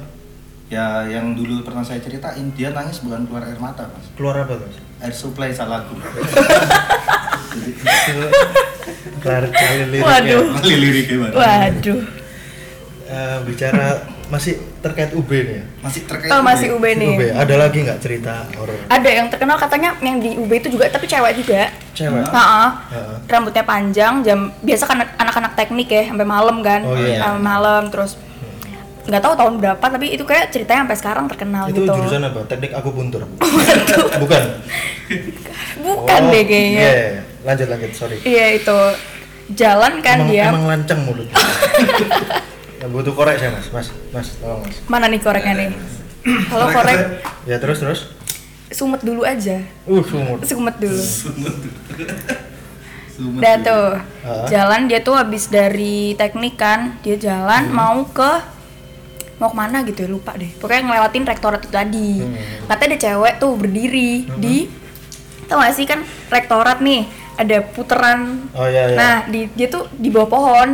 Speaker 2: ya yang dulu pernah saya ceritain dia nangis bukan keluar air mata mas
Speaker 1: Keluar apa mas?
Speaker 2: air supply salah aku
Speaker 1: Keluar kali liriknya.
Speaker 3: Waduh.
Speaker 2: kembali liriknya Mas.
Speaker 3: waduh
Speaker 1: Eh, bicara masih terkait UB nih ya.
Speaker 2: masih terkait
Speaker 3: oh masih UB
Speaker 1: UB
Speaker 3: nih
Speaker 1: ada lagi nggak cerita horor?
Speaker 3: ada yang terkenal katanya yang di UB itu juga tapi cewek juga
Speaker 1: Cewek.
Speaker 3: Heeh.
Speaker 1: Heeh.
Speaker 3: Rambutnya panjang, jam biasa kan anak-anak teknik ya sampai malam kan,
Speaker 1: Oh, iya.
Speaker 3: Sampai malam terus nggak tahu tahun berapa tapi itu kayak ceritanya sampai sekarang terkenal
Speaker 1: itu
Speaker 3: gitu.
Speaker 1: jurusan apa? Teknik akupuntur. Bukan.
Speaker 3: Bukan
Speaker 1: Oh,
Speaker 3: deh kayaknya.
Speaker 1: iya, iya, iya. Lanjut lanjut, sorry.
Speaker 3: Iya itu jalan kan
Speaker 1: emang,
Speaker 3: dia.
Speaker 1: emang lanceng mulutnya. ya, butuh korek saya mas, mas, mas, tolong mas.
Speaker 3: Mana nih koreknya
Speaker 1: Iya,
Speaker 3: nih? Kalau korek
Speaker 1: Ya terus terus.
Speaker 3: sumet dulu aja,
Speaker 1: Uh, sumur.
Speaker 3: sumet dulu.
Speaker 2: Sumet gitu.
Speaker 3: Udah
Speaker 2: UB.
Speaker 3: tuh
Speaker 1: Heeh.
Speaker 3: jalan dia tuh habis dari teknik kan, dia jalan
Speaker 1: Hmm.
Speaker 3: mau ke mau kemana gitu ya lupa deh. Pokoknya ngelewatin rektorat itu tadi.
Speaker 1: Hmm.
Speaker 3: Katanya ada cewek tuh berdiri di tau gak sih kan rektorat nih ada puteran.
Speaker 1: Oh iya iya.
Speaker 3: Nah di, dia tuh di bawah pohon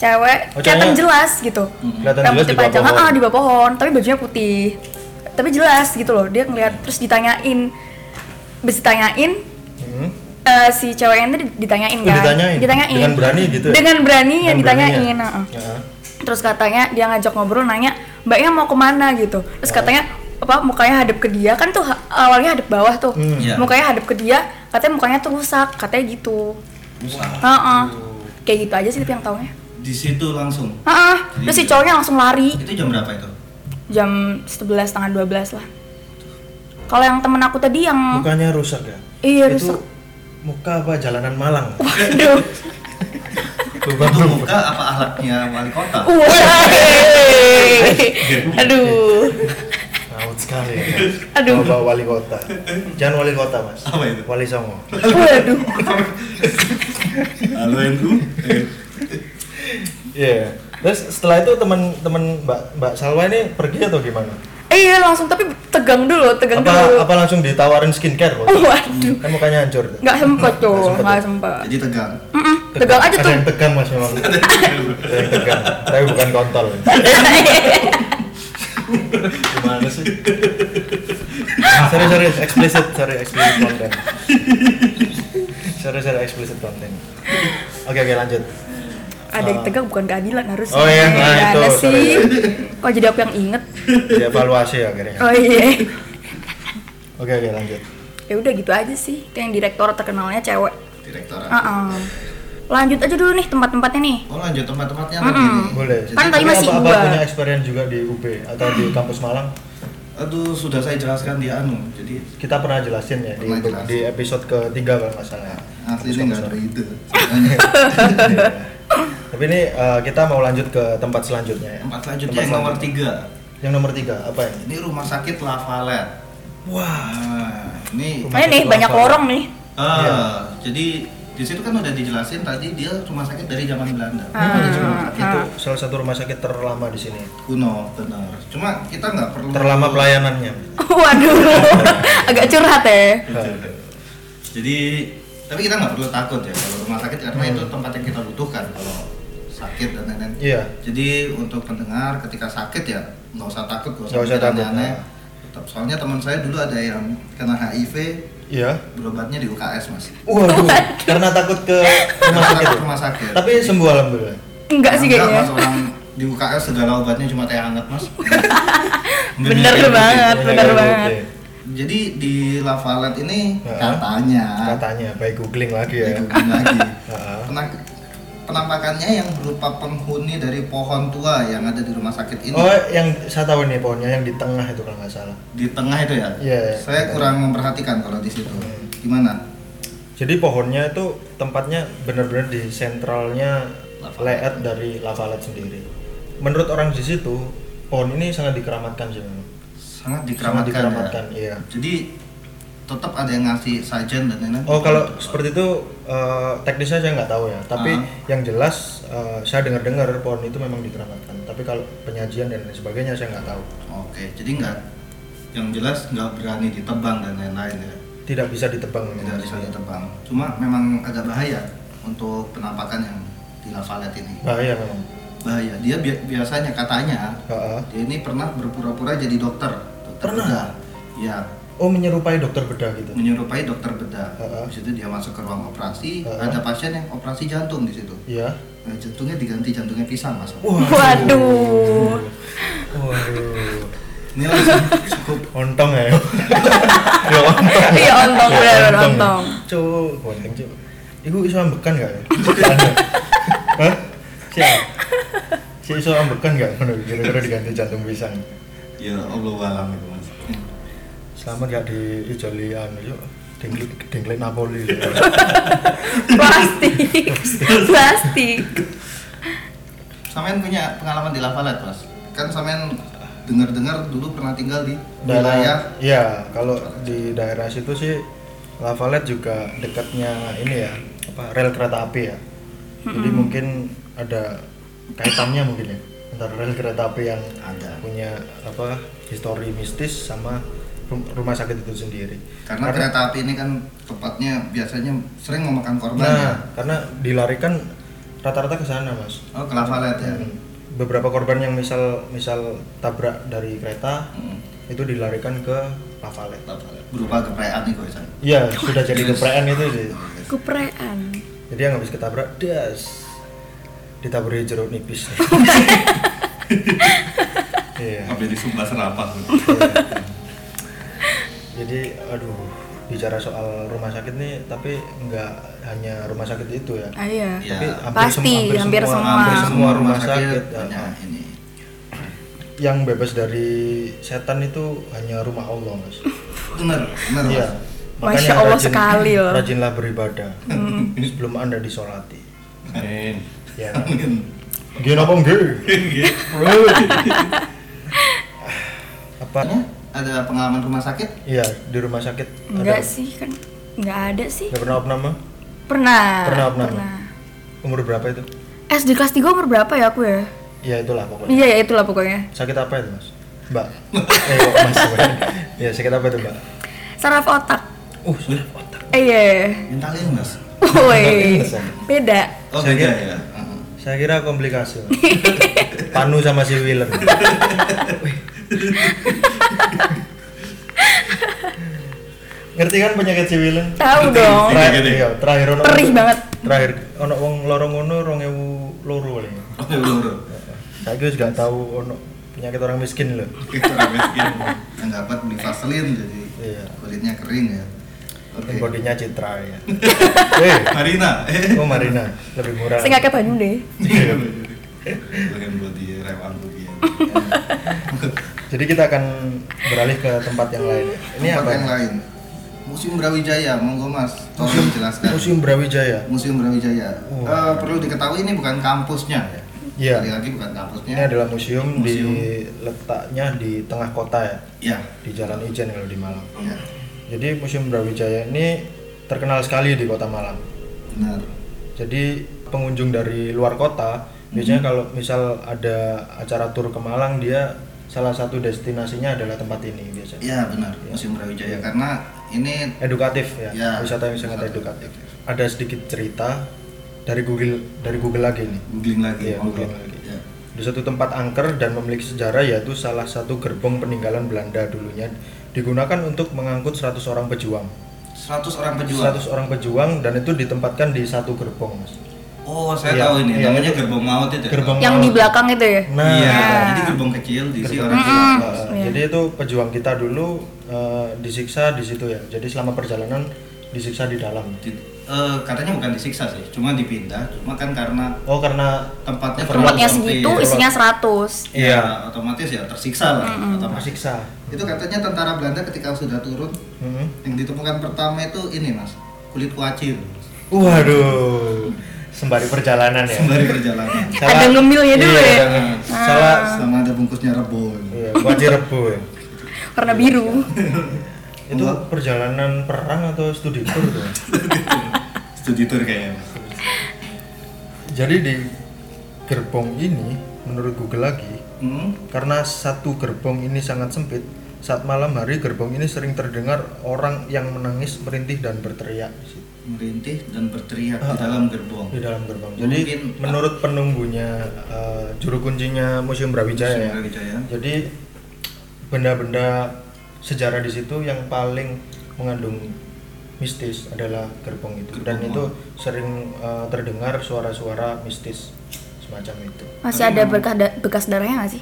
Speaker 3: cewek
Speaker 1: Oh, ceweknya-
Speaker 3: kelihatan jelas gitu.
Speaker 1: Kelihatan jelas
Speaker 3: Rambutnya
Speaker 1: di bawah
Speaker 3: panjang, ah
Speaker 1: pohon.
Speaker 3: di bawah pohon, tapi bajunya putih. Tapi jelas gitu loh, dia ngeliat terus ditanyain, Habis ditanyain
Speaker 1: Hmm.
Speaker 3: Eh, si cewek yang tadi ditanyain
Speaker 1: Oh,
Speaker 3: kan?
Speaker 1: ditanyain? Dengan berani gitu ya?
Speaker 3: Dengan beraninya
Speaker 1: Yang
Speaker 3: iya, ditanyain.
Speaker 1: beraninya.
Speaker 3: heeh.
Speaker 1: Ya.
Speaker 3: Terus katanya dia ngajak ngobrol nanya, "Mbaknya mau kemana gitu?"
Speaker 1: Oh.
Speaker 3: Terus katanya apa mukanya hadap ke dia kan tuh ha- awalnya hadap bawah tuh.
Speaker 1: Hmm.
Speaker 2: Iya.
Speaker 3: Mukanya hadap ke dia, katanya mukanya tuh rusak, katanya gitu.
Speaker 2: Usah.
Speaker 3: Heeh. Kayak gitu aja sih tapi yang taunya.
Speaker 2: di situ langsung
Speaker 3: Heeh. Terus si cowoknya langsung lari
Speaker 2: itu jam berapa itu
Speaker 3: jam 11 setengah 12 lah. Kalau yang temen aku tadi yang
Speaker 1: Mukanya rusak ya.
Speaker 3: Iya,
Speaker 1: itu
Speaker 3: rusak.
Speaker 1: muka apa jalanan Malang?
Speaker 3: waduh.
Speaker 1: Lubang
Speaker 2: itu
Speaker 1: lubang.
Speaker 2: muka apa ahlaknya wali kota
Speaker 3: Wah. Aduh.
Speaker 1: Raut sekali ya.
Speaker 3: Aduh.
Speaker 1: Bawa wali kota. Jangan wali kota, Mas.
Speaker 2: Apa itu?
Speaker 1: Wali Songo.
Speaker 3: Waduh.
Speaker 2: halo Andrew Eh,
Speaker 1: Iya. Terus setelah itu teman-teman Mbak Mbak Salwa ini pergi atau gimana?
Speaker 3: Eh, Iya langsung tapi tegang dulu, tegang
Speaker 1: Apa
Speaker 3: dulu. Oh,
Speaker 1: apa langsung ditawarin skincare waktu itu?
Speaker 3: Waduh.
Speaker 1: Kan mukanya hancur. tuh.
Speaker 3: Nggak sempet tuh,
Speaker 1: sempet
Speaker 3: nggak
Speaker 1: ya?
Speaker 3: sempet.
Speaker 2: jadi tegang
Speaker 3: Mm-mm, tegang aja
Speaker 1: Ada
Speaker 3: tuh.
Speaker 1: yang tegang Mas memang. Ada yang tegang. Tapi bukan kontol. Gimana sih? Ah, sorry sorry explicit sorry explicit konten. sorry sorry explicit konten. Oke oke lanjut.
Speaker 3: Ada yang tegang bukan keadilan harusnya.
Speaker 1: Oh iya, nah
Speaker 3: Nggak
Speaker 1: itu,
Speaker 3: ada
Speaker 1: sorry.
Speaker 3: sih. Kok jadi aku yang inget?
Speaker 1: Dievaluasi akhirnya.
Speaker 3: Oh iya.
Speaker 1: Oke oke lanjut.
Speaker 3: Ya udah gitu aja sih. Kayak yang direktor terkenalnya cewek.
Speaker 2: direktorat
Speaker 3: Uh-uh. Lanjut aja dulu nih tempat-tempatnya nih.
Speaker 2: oh lanjut tempat-tempatnya
Speaker 3: Mm-mm.
Speaker 2: lagi nih.
Speaker 1: Boleh.
Speaker 3: Kan tadi
Speaker 1: Tapi
Speaker 3: masih
Speaker 1: apa,
Speaker 3: gua.
Speaker 1: apa punya experience juga di UB atau di kampus Malang?
Speaker 2: aduh sudah saya jelaskan di anu jadi
Speaker 1: Kita pernah jelasin ya di,
Speaker 2: Pernah jelasin.
Speaker 1: di episode ketiga kalau nggak salah.
Speaker 2: asli
Speaker 1: Kampus-kampus
Speaker 2: ini nggak ada
Speaker 1: Malang.
Speaker 2: ide sebenarnya.
Speaker 1: Iya. Tapi ini eh, kita mau lanjut ke tempat selanjutnya ya.
Speaker 2: tempat selanjutnya yang nomor
Speaker 1: selanjutnya.
Speaker 2: tiga
Speaker 1: Yang nomor tiga apa ini?
Speaker 2: ini rumah sakit Lavalet
Speaker 1: Wah.
Speaker 2: Nah, ini
Speaker 1: Rumah
Speaker 3: Ini nih
Speaker 1: sakit
Speaker 3: banyak
Speaker 1: lokal.
Speaker 3: lorong nih.
Speaker 2: ah,
Speaker 1: Iya.
Speaker 2: jadi di situ kan udah dijelasin tadi dia rumah sakit dari zaman Belanda.
Speaker 3: Ah,
Speaker 1: Itu salah Hmm, satu rumah sakit terlama di sini.
Speaker 2: Kuno, benar. Cuma kita nggak perlu
Speaker 1: Terlama pelayanannya.
Speaker 3: Waduh. Agak curhat ya.
Speaker 1: Nah,
Speaker 2: Iya. Jadi tapi kita nggak perlu takut ya kalau rumah sakit karena itu tempat yang kita butuhkan kalau sakit dan lain-lain.
Speaker 1: Iya.
Speaker 2: Jadi untuk pendengar ketika sakit ya nggak usah takut, nggak usah,
Speaker 1: Nggak usah
Speaker 2: mikir
Speaker 1: takut,
Speaker 2: aneh-aneh.
Speaker 1: ya.
Speaker 2: Tetap. Soalnya teman saya dulu ada yang kena HIV
Speaker 1: Iya.
Speaker 2: berobatnya di UKS mas.
Speaker 1: Waduh, karena takut ke rumah sakit. ya?
Speaker 2: Rumah sakit.
Speaker 1: Tapi sembuh alhamdulillah.
Speaker 3: Enggak sih
Speaker 2: Mas,
Speaker 3: kayaknya.
Speaker 2: orang di UKS segala obatnya cuma teh hangat mas.
Speaker 3: Bener
Speaker 2: Bener. gitu.
Speaker 1: Iya,
Speaker 3: banget, bener
Speaker 1: Oke.
Speaker 3: banget.
Speaker 2: Jadi di Lavalet ini
Speaker 1: Heeh.
Speaker 2: katanya,
Speaker 1: Ya. Katanya baik googling lagi ya. ah.
Speaker 2: dihubungin lagi.
Speaker 1: Heeh.
Speaker 2: Penak- penampakannya yang berupa penghuni dari pohon tua yang ada di rumah sakit ini
Speaker 1: Oh, yang saya tahu nih pohonnya yang di tengah itu kalau nggak salah.
Speaker 2: di tengah itu ya.
Speaker 1: Iya, iya. Hmm.
Speaker 2: Saya kurang memperhatikan kalau di situ. Gimana?
Speaker 1: Jadi pohonnya itu tempatnya benar-benar di sentralnya layout dari Lavalet sendiri. Menurut orang di situ, pohon ini sangat dikeramatkan sih memang. Sangat
Speaker 2: Sangat dikeramatkan. ya.
Speaker 1: dikeramatkan, iya.
Speaker 2: Jadi tetap ada yang ngasih sajen dan lain-lain.
Speaker 1: Oh kalau seperti itu eh, teknisnya saya nggak tahu ya. Tapi
Speaker 2: Ah.
Speaker 1: yang jelas eh, saya dengar-dengar pohon itu memang dikeramatkan. Tapi kalau penyajian dan lain sebagainya saya nggak tahu.
Speaker 2: Oke, jadi nggak yang jelas nggak berani ditebang dan lain-lain ya.
Speaker 1: Tidak bisa ditebang
Speaker 2: Tidak
Speaker 1: memang.
Speaker 2: bisa ditebang. Cuma memang agak bahaya untuk penampakan yang di Lavalet ini.
Speaker 1: Bahaya memang.
Speaker 2: Bahaya. Dia bi- biasanya katanya
Speaker 1: Ha-ha.
Speaker 2: dia ini pernah berpura-pura jadi dokter. dokter
Speaker 1: Pernah?
Speaker 2: bedah. Iya,
Speaker 1: Oh menyerupai dokter bedah gitu.
Speaker 2: menyerupai dokter bedah.
Speaker 1: Ha-ha.
Speaker 2: Di situ dia masuk ke ruang operasi,
Speaker 1: Ha-ha.
Speaker 2: ada pasien yang operasi jantung di situ.
Speaker 1: Iya.
Speaker 2: Nah, jantungnya diganti jantungnya pisang, Mas.
Speaker 3: Waduh.
Speaker 1: Waduh.
Speaker 2: Ini langsung cukup
Speaker 1: Ontong ya. ya ontong.
Speaker 3: Iya ontong bener bener,
Speaker 1: Ontong.
Speaker 3: ontong.
Speaker 1: Cuk, ontong cuk. Iku iso ambekan gak ya? Hah? Siap. Si iso ambekan gak ngono kira-kira diganti jantung pisang.
Speaker 2: ya Allah alam itu, Mas.
Speaker 1: Selamat gak di ijoli anu yuk. Dengklik dengklik Napoli.
Speaker 3: Plastik. Plastik.
Speaker 2: Sampean punya pengalaman di Lavalet, Mas? Kan sampean dengar-dengar dulu pernah tinggal di wilayah
Speaker 1: Daerah iya, kalau di daerah situ sih Lavalet juga dekatnya ini ya, apa rel kereta api ya. Jadi mungkin ada kaitannya mungkin ya antara rel kereta api yang
Speaker 2: Ada.
Speaker 1: punya apa histori mistis sama rum- rumah sakit itu sendiri.
Speaker 2: karena kereta api ini kan tempatnya biasanya sering memakan korban ya.
Speaker 1: Nah, karena dilarikan rata-rata ke sana, Mas.
Speaker 2: Oh, ke Lavalet ya.
Speaker 1: Hmm. Beberapa korban yang misal misal tabrak dari kereta
Speaker 2: Hmm.
Speaker 1: itu dilarikan ke Lavalet.
Speaker 2: Lavalet. Berupa geprean nih gue
Speaker 1: Iya, sudah jadi geprean itu sih.
Speaker 3: Kuprean.
Speaker 1: Jadi yang habis ketabrak das ditaburi jeruk nipis. Iya.
Speaker 2: Habis disumpah serapah.
Speaker 1: Jadi aduh bicara soal rumah sakit nih tapi nggak hanya rumah sakit itu ya.
Speaker 3: Ah iya.
Speaker 2: Iya.
Speaker 1: Tapi hampir
Speaker 3: Pasti,
Speaker 1: semua,
Speaker 3: hampir semua.
Speaker 2: Hampir semua rumah
Speaker 1: sakit,
Speaker 2: sakit
Speaker 1: ya.
Speaker 2: punya ini.
Speaker 1: Yang bebas dari setan itu hanya rumah Allah, Mas.
Speaker 2: Bener, bener.
Speaker 1: Iya.
Speaker 2: Mas.
Speaker 1: Makanya
Speaker 3: Masya Allah sekali loh. Hmm.
Speaker 1: Rajinlah beribadah sebelum Anda disolati.
Speaker 4: Amin.
Speaker 1: Ya. Gini apa enggak? apa?
Speaker 2: Katanya ada pengalaman rumah sakit?
Speaker 1: Iya, di rumah sakit
Speaker 3: Enggak
Speaker 1: ada.
Speaker 3: sih kan. Enggak ada sih.
Speaker 1: Enggak pernah opname?
Speaker 3: Pernah.
Speaker 1: Pernah opname. Umur berapa itu?
Speaker 3: SD kelas 3 umur berapa ya aku ya?
Speaker 1: Ya itulah pokoknya.
Speaker 3: Iya ya itulah pokoknya.
Speaker 1: Sakit apa itu, Mas? Mbak. eh, kok Mas. Mbak? Ya, sakit apa itu, Mbak?
Speaker 3: Saraf otak.
Speaker 1: Uh, sudah otak.
Speaker 3: Eh, Iya.
Speaker 2: Mentalin ya, mas.
Speaker 3: Woi. Beda.
Speaker 2: Oh
Speaker 1: Saya
Speaker 2: beda
Speaker 1: kira-
Speaker 2: ya. Heeh.
Speaker 1: Saya kira komplikasi. Mas. Panu sama si Willem. Wih. Ngerti kan penyakit si Willem?
Speaker 3: Tahu dong.
Speaker 1: Terakhir, iya, terakhir ono-
Speaker 3: Oh, Perih banget.
Speaker 1: Terakhir ono wong loro ngono 2000 loro paling.
Speaker 2: Oh loro.
Speaker 1: Saya kira gak tahu ono penyakit orang miskin loh.
Speaker 2: Orang miskin yang dapat beli vaselin jadi
Speaker 1: Iya.
Speaker 2: kulitnya kering ya. Oke.
Speaker 1: Okay. Bodinya Citra ya. Eh,
Speaker 2: Marina.
Speaker 1: oh Marina lebih murah. Iya.
Speaker 3: Sing akeh banyu deh.
Speaker 2: Iya, Bukan body rewan body.
Speaker 1: Jadi kita akan beralih ke tempat yang lain. Ini
Speaker 2: Ini
Speaker 1: apa? ya?
Speaker 2: yang lain. Museum Brawijaya, monggo Mas, tolong jelaskan.
Speaker 1: Museum Brawijaya.
Speaker 2: Museum Brawijaya.
Speaker 1: Oh.
Speaker 2: Eh, perlu diketahui ini bukan kampusnya ya.
Speaker 1: Iya.
Speaker 2: Sekali lagi bukan kampusnya.
Speaker 1: Ini adalah museum,
Speaker 2: Ya. Museum.
Speaker 1: di letaknya di tengah kota ya,
Speaker 2: Iya.
Speaker 1: di Jalan Ijen kalau di Malang.
Speaker 2: Iya.
Speaker 1: Jadi Museum Brawijaya ini terkenal sekali di Kota Malang.
Speaker 2: Benar.
Speaker 1: Jadi pengunjung dari luar kota biasanya
Speaker 2: Mhm.
Speaker 1: kalau misal ada acara tur ke Malang dia salah satu destinasinya adalah tempat ini biasanya.
Speaker 2: Iya, benar.
Speaker 1: Ya.
Speaker 2: Museum Brawijaya karena ini
Speaker 1: Edukatif ya,
Speaker 2: Ya,
Speaker 1: wisata yang sangat
Speaker 2: wisata
Speaker 1: edukatif. Ada sedikit cerita dari Google dari Google lagi nih.
Speaker 2: googling lagi.
Speaker 1: Iya,
Speaker 2: monggo.
Speaker 1: googling lagi.
Speaker 2: Iya.
Speaker 1: di suatu tempat angker dan memiliki sejarah yaitu salah satu gerbong peninggalan Belanda dulunya digunakan untuk mengangkut 100 orang pejuang.
Speaker 2: 100 orang pejuang.
Speaker 1: 100 orang pejuang dan itu ditempatkan di satu gerbong, Mas.
Speaker 2: Oh, saya
Speaker 1: Iya,
Speaker 2: tahu ini.
Speaker 1: iya,
Speaker 2: namanya
Speaker 1: itu-
Speaker 2: gerbong maut itu. ya?
Speaker 1: Gerbong
Speaker 3: yang di
Speaker 1: maut.
Speaker 3: belakang itu ya
Speaker 1: Nah,
Speaker 2: iya, jadi gerbong kecil diisi
Speaker 1: Gerbong
Speaker 2: orang
Speaker 1: kecil.
Speaker 2: tua.
Speaker 3: Ah,
Speaker 1: Nah,
Speaker 3: iya.
Speaker 1: Jadi itu pejuang kita dulu eh, disiksa di situ ya. Jadi selama perjalanan disiksa di dalam.
Speaker 2: Di- eh, katanya bukan disiksa sih, cuma dipindah. Cuma kan karena
Speaker 1: Oh, karena
Speaker 2: tempatnya terlalu
Speaker 3: tempatnya
Speaker 2: sempit.
Speaker 3: segitu isinya 100
Speaker 2: Ya,
Speaker 1: Iya.
Speaker 2: otomatis ya tersiksa lah. otomatis.
Speaker 1: tersiksa.
Speaker 2: Itu katanya tentara Belanda ketika sudah turun,
Speaker 1: Hmm.
Speaker 2: yang ditemukan pertama itu ini mas, kulit kuacil
Speaker 1: Waduh. Sembari perjalanan ya.
Speaker 2: sembari perjalanan.
Speaker 1: Salah-
Speaker 3: ada ngemil ya dulu
Speaker 1: Iya,
Speaker 3: ya
Speaker 1: ada ngemil. Salah
Speaker 2: sama ada bungkusnya rebon.
Speaker 1: iya, buat Cirebon ya.
Speaker 3: warna biru
Speaker 1: Itu perjalanan perang atau studi tour tuh?
Speaker 2: Studi tour kayaknya. Mas.
Speaker 1: Jadi di gerbong ini menurut Google lagi
Speaker 2: Hmm?
Speaker 1: karena satu gerbong ini sangat sempit saat malam hari gerbong ini sering terdengar orang yang menangis merintih dan berteriak di situ,
Speaker 2: merintih dan berteriak
Speaker 1: Ah.
Speaker 2: di dalam gerbong.
Speaker 1: di dalam gerbong. Jadi
Speaker 2: Mungkin-
Speaker 1: menurut penunggunya eh, juru kuncinya Museum Brawijaya ya,
Speaker 2: Brawijaya.
Speaker 1: Jadi benda-benda sejarah di situ yang paling mengandung mistis adalah gerbong itu dan
Speaker 2: Gerbong.
Speaker 1: itu sering eh, terdengar suara-suara mistis semacam itu.
Speaker 3: masih
Speaker 1: Hmm.
Speaker 3: ada bekas da- bekas darahnya nggak sih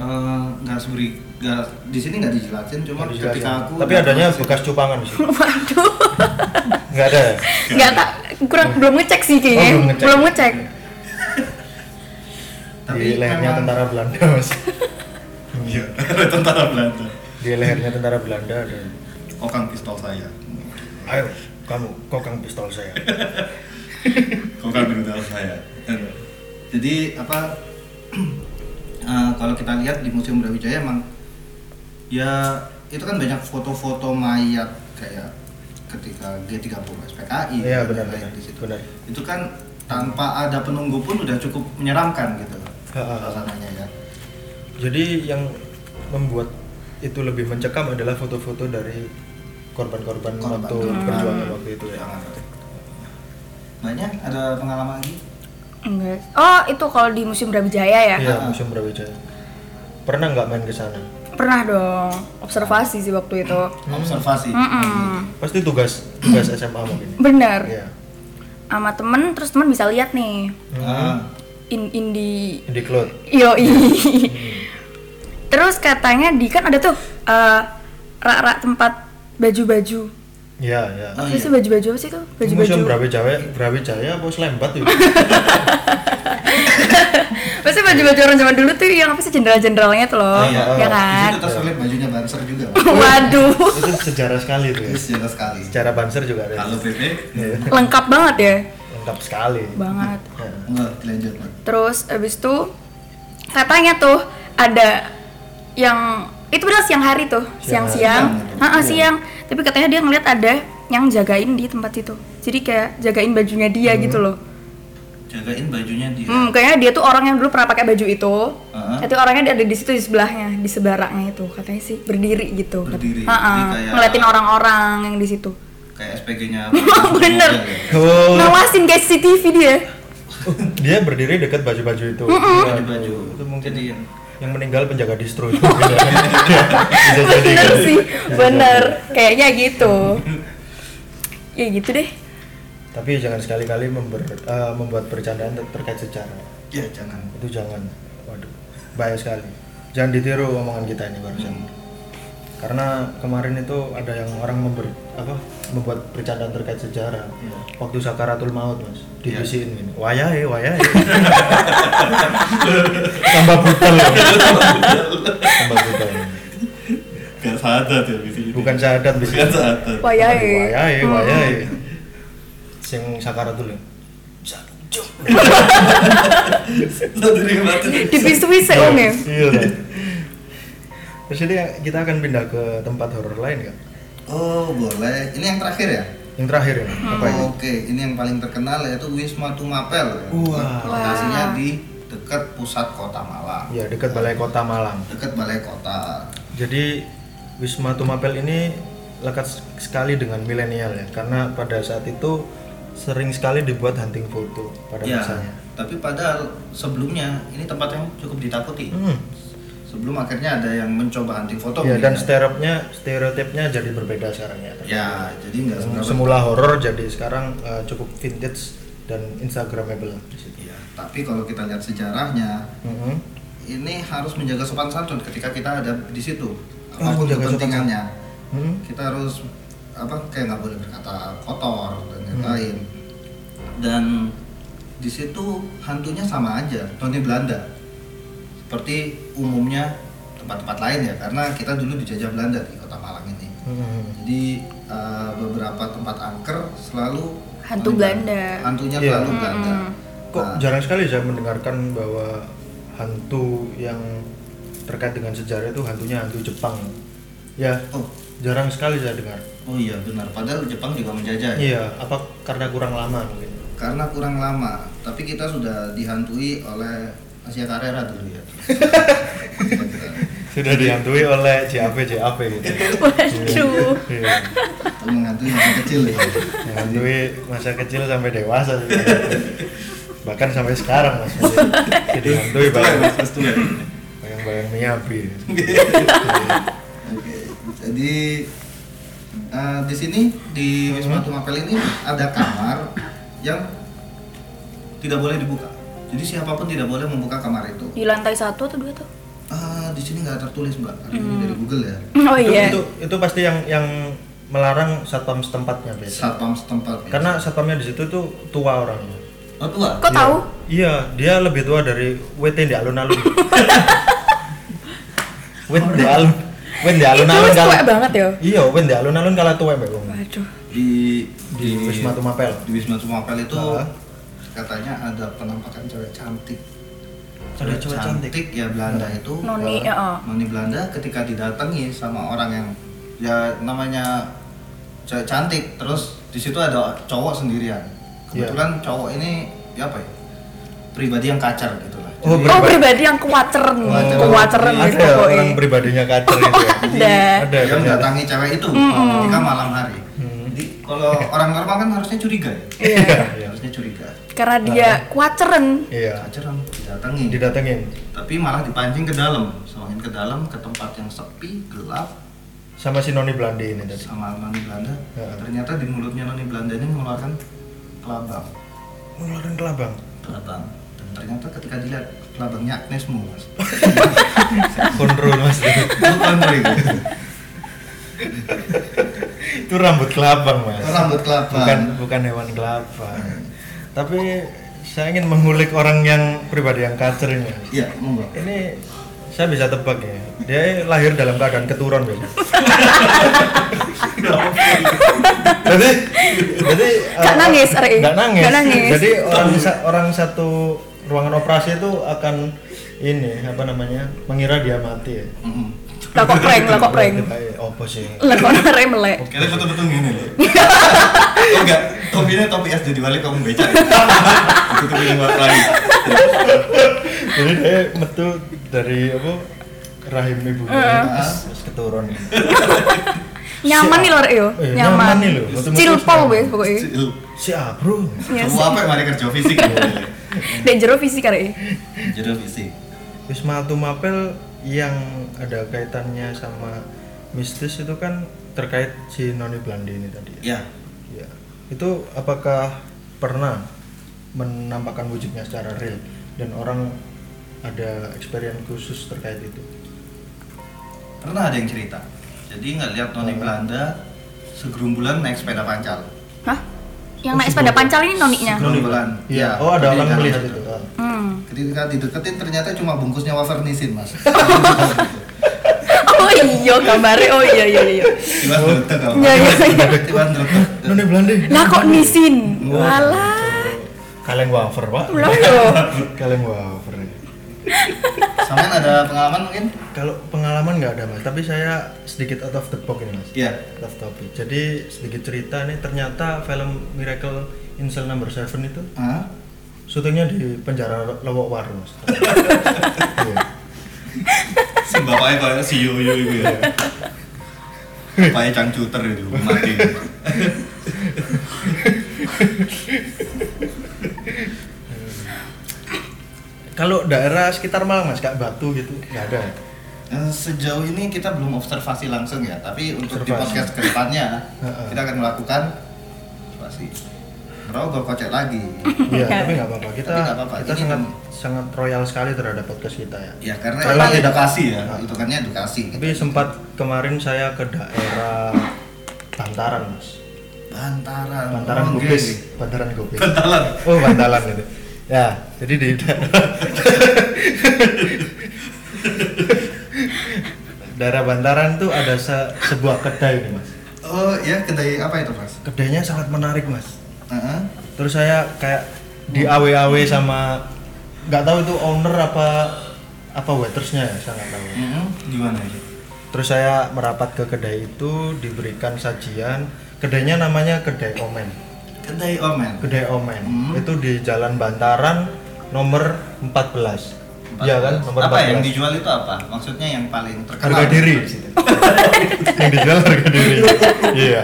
Speaker 2: Eh, nggak seberi nggak di sini nggak dijelasin cuma
Speaker 1: Nggak
Speaker 2: ketika
Speaker 1: dijelasin.
Speaker 2: aku
Speaker 1: Tapi adanya bekas cupangan di situ.
Speaker 3: waduh
Speaker 1: Enggak ada. ya?
Speaker 3: nggak tak kurang belum ngecek sih kayaknya
Speaker 1: Oh, belum ngecek.
Speaker 3: belum ngecek
Speaker 1: Di lehernya
Speaker 2: memang-
Speaker 1: tentara Belanda, Mas.
Speaker 2: iya tentara Belanda
Speaker 1: Di lehernya tentara Belanda ada.
Speaker 2: kokang pistol saya
Speaker 1: Ayo, kamu kokang pistol saya.
Speaker 2: kokang rudal saya Ya jadi apa eh, kalau kita lihat di museum Brawijaya emang ya itu kan banyak foto-foto mayat kayak ketika G30 SPKI
Speaker 1: Iya,
Speaker 2: dan
Speaker 1: benar, benar.
Speaker 2: lain-lain kan, di situ.
Speaker 1: Benar.
Speaker 2: itu kan tanpa ada penunggu pun udah cukup menyeramkan gitu
Speaker 1: Ha, ha, ha.
Speaker 2: suasananya ya
Speaker 1: Ah, Jadi yang membuat itu lebih mencekam adalah foto-foto dari korban-korban
Speaker 2: Korban.
Speaker 1: waktu
Speaker 2: Hmm.
Speaker 1: perjuangan waktu itu ya.
Speaker 2: banyak ada pengalaman lagi
Speaker 3: Enggak. oh itu kalau di museum Brawijaya ya
Speaker 1: Iya, Museum Brawijaya. Pernah nggak main ke sana?
Speaker 3: pernah dong observasi sih waktu itu
Speaker 1: Hmm.
Speaker 2: observasi
Speaker 3: Mm-mm.
Speaker 1: Pasti tugas tugas SMA mungkin.
Speaker 3: bener
Speaker 1: Iya.
Speaker 3: sama temen terus temen bisa lihat nih
Speaker 1: Hmm.
Speaker 2: Ah,
Speaker 3: in indi
Speaker 1: Di cloud.
Speaker 3: yoi
Speaker 1: Iya.
Speaker 3: terus katanya di kan ada tuh eh, rak-rak tempat baju-baju
Speaker 1: Iya, iya.
Speaker 2: Oh,
Speaker 3: oh,
Speaker 2: iya.
Speaker 3: baju-baju apa sih tuh
Speaker 1: Museum
Speaker 3: baju-baju
Speaker 1: Brawijaya, Brawijaya bos lembat ya? itu.
Speaker 3: pasti baju-baju orang zaman dulu tuh yang apa sih jenderal-jenderalnya tuh
Speaker 1: Oh,
Speaker 3: loh
Speaker 1: iya,
Speaker 3: ya
Speaker 1: oh,
Speaker 2: di
Speaker 3: kan
Speaker 2: situ terselip bajunya banser juga.
Speaker 3: waduh
Speaker 1: itu sejarah sekali itu. Ya.
Speaker 2: Itu jelas sekali.
Speaker 1: Sejarah Banser juga ada.
Speaker 2: Kalau PP
Speaker 1: Iya,
Speaker 3: lengkap banget ya
Speaker 1: Lengkap sekali.
Speaker 3: banget
Speaker 1: Iya.
Speaker 2: enggak dilanjut. Mat.
Speaker 3: Terus abis itu katanya tuh ada yang itu benar siang hari tuh
Speaker 1: Siang hari. Iya.
Speaker 3: siang-siang,
Speaker 2: Siang.
Speaker 3: Ah, ah, siang. Tapi katanya dia ngeliat ada yang jagain di tempat itu. Jadi kayak jagain bajunya dia
Speaker 1: Hmm.
Speaker 3: gitu loh.
Speaker 2: Jagain bajunya dia.
Speaker 3: Hmm, kayaknya dia tuh orang yang dulu pernah pakai baju itu.
Speaker 2: Ah.
Speaker 3: Tapi orangnya ada di situ di sebelahnya, di sebelah raknya itu katanya sih berdiri gitu.
Speaker 2: Berdiri,
Speaker 3: Ah, ah,
Speaker 2: jadi kayak-
Speaker 3: ngeliatin orang-orang yang di situ.
Speaker 2: Kayak SPG-nya.
Speaker 3: Bener.
Speaker 1: Oh,
Speaker 3: Ngawasin guys CCTV dia.
Speaker 1: dia berdiri dekat baju-baju itu. Iya.
Speaker 2: Baju-baju.
Speaker 1: Itu mungkin
Speaker 2: Jadi ya. yang-
Speaker 1: yang meninggal penjaga distro itu. Bisa jadi.
Speaker 3: bener
Speaker 1: kan?
Speaker 3: sih bener kayaknya gitu ya gitu deh
Speaker 1: Tapi jangan sekali-kali member- eh, membuat bercandaan ter- terkait sejarah.
Speaker 2: Ya jangan.
Speaker 1: Itu jangan. Waduh, bahaya sekali. Jangan ditiru omongan kita ini barusan. Karena kemarin itu ada yang orang member apa membuat bercandaan terkait sejarah.
Speaker 2: Iya.
Speaker 1: Waktu sakaratul maut, Mas.
Speaker 2: Iya.
Speaker 1: Dibisiin gini. Wayahe, wayahe. Tambah brutal. ya. Tambah brutal.
Speaker 2: Gak sadar ya di sini.
Speaker 1: Bukan syahadat bisa.
Speaker 2: Bukan sadar.
Speaker 3: wayahe
Speaker 1: Wayahe,
Speaker 3: Hmm.
Speaker 1: wayahe. Sing sakaratul ya.
Speaker 2: Sadar yang mati.
Speaker 3: dipisui seung ya
Speaker 1: Iya. Terus ini kita akan pindah ke tempat horor lain kan?
Speaker 2: Oh boleh. Ini yang terakhir ya.
Speaker 1: Yang terakhir ya?
Speaker 2: Hmm.
Speaker 1: Apa ini?
Speaker 2: Oke, ini yang paling terkenal yaitu Wisma Tumapel.
Speaker 1: Wah.
Speaker 2: Lokasinya di dekat pusat kota Malang.
Speaker 1: Ya dekat Balai Kota Malang.
Speaker 2: Dekat balai kota.
Speaker 1: Jadi Wisma Tumapel ini lekat s- sekali dengan milenial ya, karena pada saat itu sering sekali dibuat hunting foto pada
Speaker 2: Ya,
Speaker 1: masanya.
Speaker 2: Tapi padahal sebelumnya ini tempat yang cukup ditakuti.
Speaker 1: Hmm.
Speaker 2: Sebelum akhirnya ada yang mencoba hunting foto.
Speaker 1: Ya,
Speaker 2: mungkin
Speaker 1: dan
Speaker 2: kan.
Speaker 1: stereotipnya stereotipnya jadi berbeda sekarang ya.
Speaker 2: ya jadi nggak
Speaker 1: Yang
Speaker 2: seberapa.
Speaker 1: Semula horor jadi sekarang eh, cukup vintage dan instagramable di situ.
Speaker 2: Ya, tapi kalau kita lihat sejarahnya,
Speaker 1: Mhm.
Speaker 2: ini harus menjaga sopan santun ketika kita ada di situ.
Speaker 1: Ah,
Speaker 2: Apapun
Speaker 1: menjaga sopan
Speaker 2: kepentingannya,
Speaker 1: Hmm.
Speaker 2: kita harus apa kayak nggak boleh berkata kotor dan lain-lain. Dan di situ hantunya sama aja, Tony Belanda. Seperti umumnya tempat-tempat lain ya, karena kita dulu dijajah Belanda di kota Malang ini.
Speaker 1: Mhm.
Speaker 2: Jadi eh, beberapa tempat angker selalu
Speaker 3: Hantu
Speaker 2: Tony
Speaker 3: Belanda. Hmm.
Speaker 2: Hantunya
Speaker 1: Iya.
Speaker 2: selalu Belanda.
Speaker 1: Kok
Speaker 2: Nah,
Speaker 1: jarang sekali saya mendengarkan bahwa hantu yang terkait dengan sejarah itu hantunya hantu Jepang. Ya,
Speaker 2: oh,
Speaker 1: jarang sekali saya dengar.
Speaker 2: Oh iya benar, padahal Jepang juga menjajah ya?
Speaker 1: Iya, apa karena kurang lama mungkin?
Speaker 2: Karena kurang lama, tapi kita sudah dihantui oleh Asia Carrera dulu ya
Speaker 1: Sudah dihantui oleh JAP JAP gitu.
Speaker 3: Waduh.
Speaker 1: Iya.
Speaker 2: Itu menghantui masa kecil ya
Speaker 1: Dihantui masa kecil sampai dewasa sih. Bahkan sampai sekarang Mas. masih- Masih dihantui
Speaker 2: Betul ya, Mas?
Speaker 1: bayang-
Speaker 2: Betul ya?
Speaker 1: bayang-bayang Miyabi.
Speaker 2: Oke, jadi eh, di sini di Wisma Tumapel ini ada kamar yang tidak boleh dibuka jadi siapapun tidak boleh membuka kamar itu
Speaker 3: Di lantai satu atau dua tuh?
Speaker 2: Ah, di sini nggak tertulis mbak, Ini dari Google ya
Speaker 3: Oh
Speaker 1: Itu,
Speaker 3: iya.
Speaker 1: itu itu pasti yang yang melarang satpam setempatnya biasanya.
Speaker 2: Satpam setempat ya.
Speaker 1: Karena satpamnya di situ tuh tua orangnya.
Speaker 2: Oh tua?
Speaker 3: Kok tahu?
Speaker 1: Iya, dia lebih tua dari WT di alun-alun. Win di alun, Win di
Speaker 3: Itu
Speaker 1: alun-alun
Speaker 3: wis
Speaker 1: kalah.
Speaker 3: tuwek banget ya.
Speaker 1: Iya, Win di alun-alun kalah tua mbak Wong.
Speaker 3: Waduh.
Speaker 2: di
Speaker 1: Di Wisma Tumapel.
Speaker 2: di Wisma Tumapel itu
Speaker 1: Ah.
Speaker 2: katanya ada penampakan cewek cantik
Speaker 1: Ada cewek cantik?
Speaker 2: ya Belanda itu eh,
Speaker 3: Noni, heeh.
Speaker 2: Noni Belanda ketika didatangi sama orang yang ya namanya cewek cantik terus di situ ada cowok sendirian
Speaker 1: Iya.
Speaker 2: kebetulan cowok ini ya apa ya pribadi yang kacar gitu lah
Speaker 1: Oh,
Speaker 3: Oh
Speaker 1: Pribadi.
Speaker 3: pribadi yang kuwaceren,
Speaker 2: Kuwaceren.
Speaker 3: kuwaceren
Speaker 1: Ada
Speaker 3: wis
Speaker 1: orang
Speaker 3: pokoknya.
Speaker 1: pribadinya kader gitu ya.
Speaker 3: Ada.
Speaker 1: Ada.
Speaker 2: dia
Speaker 1: ternyata.
Speaker 2: mendatangi cewek itu ketika malam hari
Speaker 1: Mm-hmm.
Speaker 2: jadi kalau orang normal kan harusnya curiga ya
Speaker 3: Iya.
Speaker 1: Iya.
Speaker 2: harusnya curiga
Speaker 3: Karena dia kuwaceren.
Speaker 1: Iya.
Speaker 2: kacar didatangi
Speaker 1: Didatengin
Speaker 2: tapi malah dipancing ke dalam semakin ke dalam ke tempat yang sepi gelap
Speaker 1: sama si Noni Belandi ini tadi.
Speaker 2: sama noni Belanda
Speaker 1: Ya.
Speaker 2: ternyata di mulutnya noni Belanda ini mengeluarkan kelabang
Speaker 1: Mengeluarkan kelabang.
Speaker 2: kelabang dan ternyata ketika dilihat kelabangnya Agnesmu mas
Speaker 1: Kontrol mas.
Speaker 2: bukan Roy.
Speaker 1: Itu rambut kelabang mas.
Speaker 2: rambut kelabang
Speaker 1: Bukan bukan hewan kelabang. Tapi saya ingin mengulik orang yang pribadi yang kacer ini. Mas.
Speaker 2: iya monggo
Speaker 1: Ini saya bisa tebak ya. Dia lahir dalam keadaan keturun, Bel.
Speaker 2: Iya.
Speaker 1: jadi jadi
Speaker 3: Nggak
Speaker 1: eh,
Speaker 3: nangis, Rei.
Speaker 1: nggak nangis.
Speaker 3: Nggak nangis.
Speaker 1: Jadi orang sa- orang satu ruangan operasi itu akan ini apa namanya? mengira dia mati ya.
Speaker 2: Mm-mm.
Speaker 3: Lah kok prank, lah kok prank.
Speaker 1: Kayak opo sih?
Speaker 3: Lah kok nare melek.
Speaker 2: kalian betul-betul gini loh oh enggak topinya topi es jadi balik kamu beca itu topi yang buat lagi
Speaker 1: Jadi dia metu dari apa? rahim ibunya. Terus terus keturun.
Speaker 3: Nyaman nih lho Rek yo.
Speaker 1: Eh,
Speaker 3: Nyaman.
Speaker 1: nyaman nih lho, betul-betul
Speaker 3: Cilpol
Speaker 1: nyaman.
Speaker 3: wis pokoknya.
Speaker 1: Si Abro.
Speaker 3: Iya
Speaker 2: Coba apa yang mari kerja fisik
Speaker 3: Dan jero fisik karek.
Speaker 2: Jero fisik
Speaker 1: Wisma Atlet Mapel yang ada kaitannya sama mistis itu kan terkait si Noni Belandi ini tadi ya.
Speaker 2: Ya,
Speaker 1: Iya. Itu apakah pernah menampakkan wujudnya secara real dan orang ada experience khusus terkait itu?
Speaker 2: pernah ada yang cerita. Jadi nggak lihat
Speaker 1: Oh.
Speaker 2: Noni Belanda segerombolan naik sepeda pancal.
Speaker 3: Hah? Yang naik sepeda pancal ini noninya.
Speaker 2: Noni Belanda.
Speaker 1: Iya. Oh ada orang melihat itu. Ah.
Speaker 3: Hmm.
Speaker 2: Ketika dideketin ternyata cuma bungkusnya wafernisin mas.
Speaker 3: Oh iya gambarnya. Oh iya iya iya.
Speaker 2: Tiba
Speaker 1: Oh.
Speaker 2: ngeretek kalau
Speaker 3: Iya iya. iya.
Speaker 2: Tiba ngeretek.
Speaker 1: Noni Belandi.
Speaker 3: Lah kok nisin? Walah.
Speaker 1: Kalian wafer pak.
Speaker 3: Belum yo.
Speaker 1: Kalian wafer.
Speaker 2: Sampean ada pengalaman mungkin?
Speaker 1: Kalau pengalaman nggak ada mas, tapi saya sedikit out of the box ini mas.
Speaker 2: Iya.
Speaker 1: Love topic. Jadi sedikit cerita nih ternyata film Miracle in Cell Number 7 itu
Speaker 2: Hah?
Speaker 1: syutingnya di penjara Lowok Waru. Mas. Iya.
Speaker 2: Si bapaknya kayak si yoyo itu ya. Bapaknya cangcuter itu mati.
Speaker 1: Kalau daerah sekitar Malang mas, kayak Batu gitu, nggak ada. ya?
Speaker 2: Eh, Sejauh ini kita belum observasi langsung ya, tapi untuk
Speaker 5: Observasi.
Speaker 2: di podcast kedepannya
Speaker 1: Heeh.
Speaker 2: kita akan melakukan observasi. Rogo kocek lagi.
Speaker 1: Iya, tapi nggak apa-apa. Kita
Speaker 2: Tapi nggak apa-apa,
Speaker 1: kita
Speaker 2: ini
Speaker 1: sangat
Speaker 2: kan-
Speaker 1: sangat royal sekali terhadap podcast kita ya.
Speaker 2: Ya karena
Speaker 1: Karena
Speaker 2: itu
Speaker 1: tidak-
Speaker 2: edukasi ya,
Speaker 1: Heeh.
Speaker 2: itu kan edukasi.
Speaker 1: Tapi sempat kemarin saya ke daerah Bantaran mas,
Speaker 2: Bantaran.
Speaker 1: Bantaran
Speaker 2: Oh,
Speaker 1: Gobes,
Speaker 2: geng.
Speaker 1: Bantaran Gobes.
Speaker 2: Bantaran.
Speaker 1: Oh Bantalan itu. Ya, jadi di daerah daerah Bantaran tuh ada se- sebuah kedai nih mas.
Speaker 2: Oh ya kedai apa itu mas?
Speaker 1: Kedainya sangat menarik mas.
Speaker 2: Heeh.
Speaker 1: terus saya kayak di aw sama nggak tahu itu owner apa apa waitersnya ya saya nggak tahu
Speaker 2: Heeh. Gimana itu?
Speaker 1: terus saya merapat ke kedai itu diberikan sajian kedainya namanya kedai omen
Speaker 2: Kedai omen.
Speaker 1: kedai omen
Speaker 2: Hmm.
Speaker 1: itu di jalan Bantaran nomor 14 Iya kan nomor
Speaker 2: apa ya, yang
Speaker 1: 14
Speaker 2: dijual itu apa? Maksudnya yang paling terkenal?
Speaker 1: harga diri
Speaker 2: di situ.
Speaker 1: yang dijual harga diri iya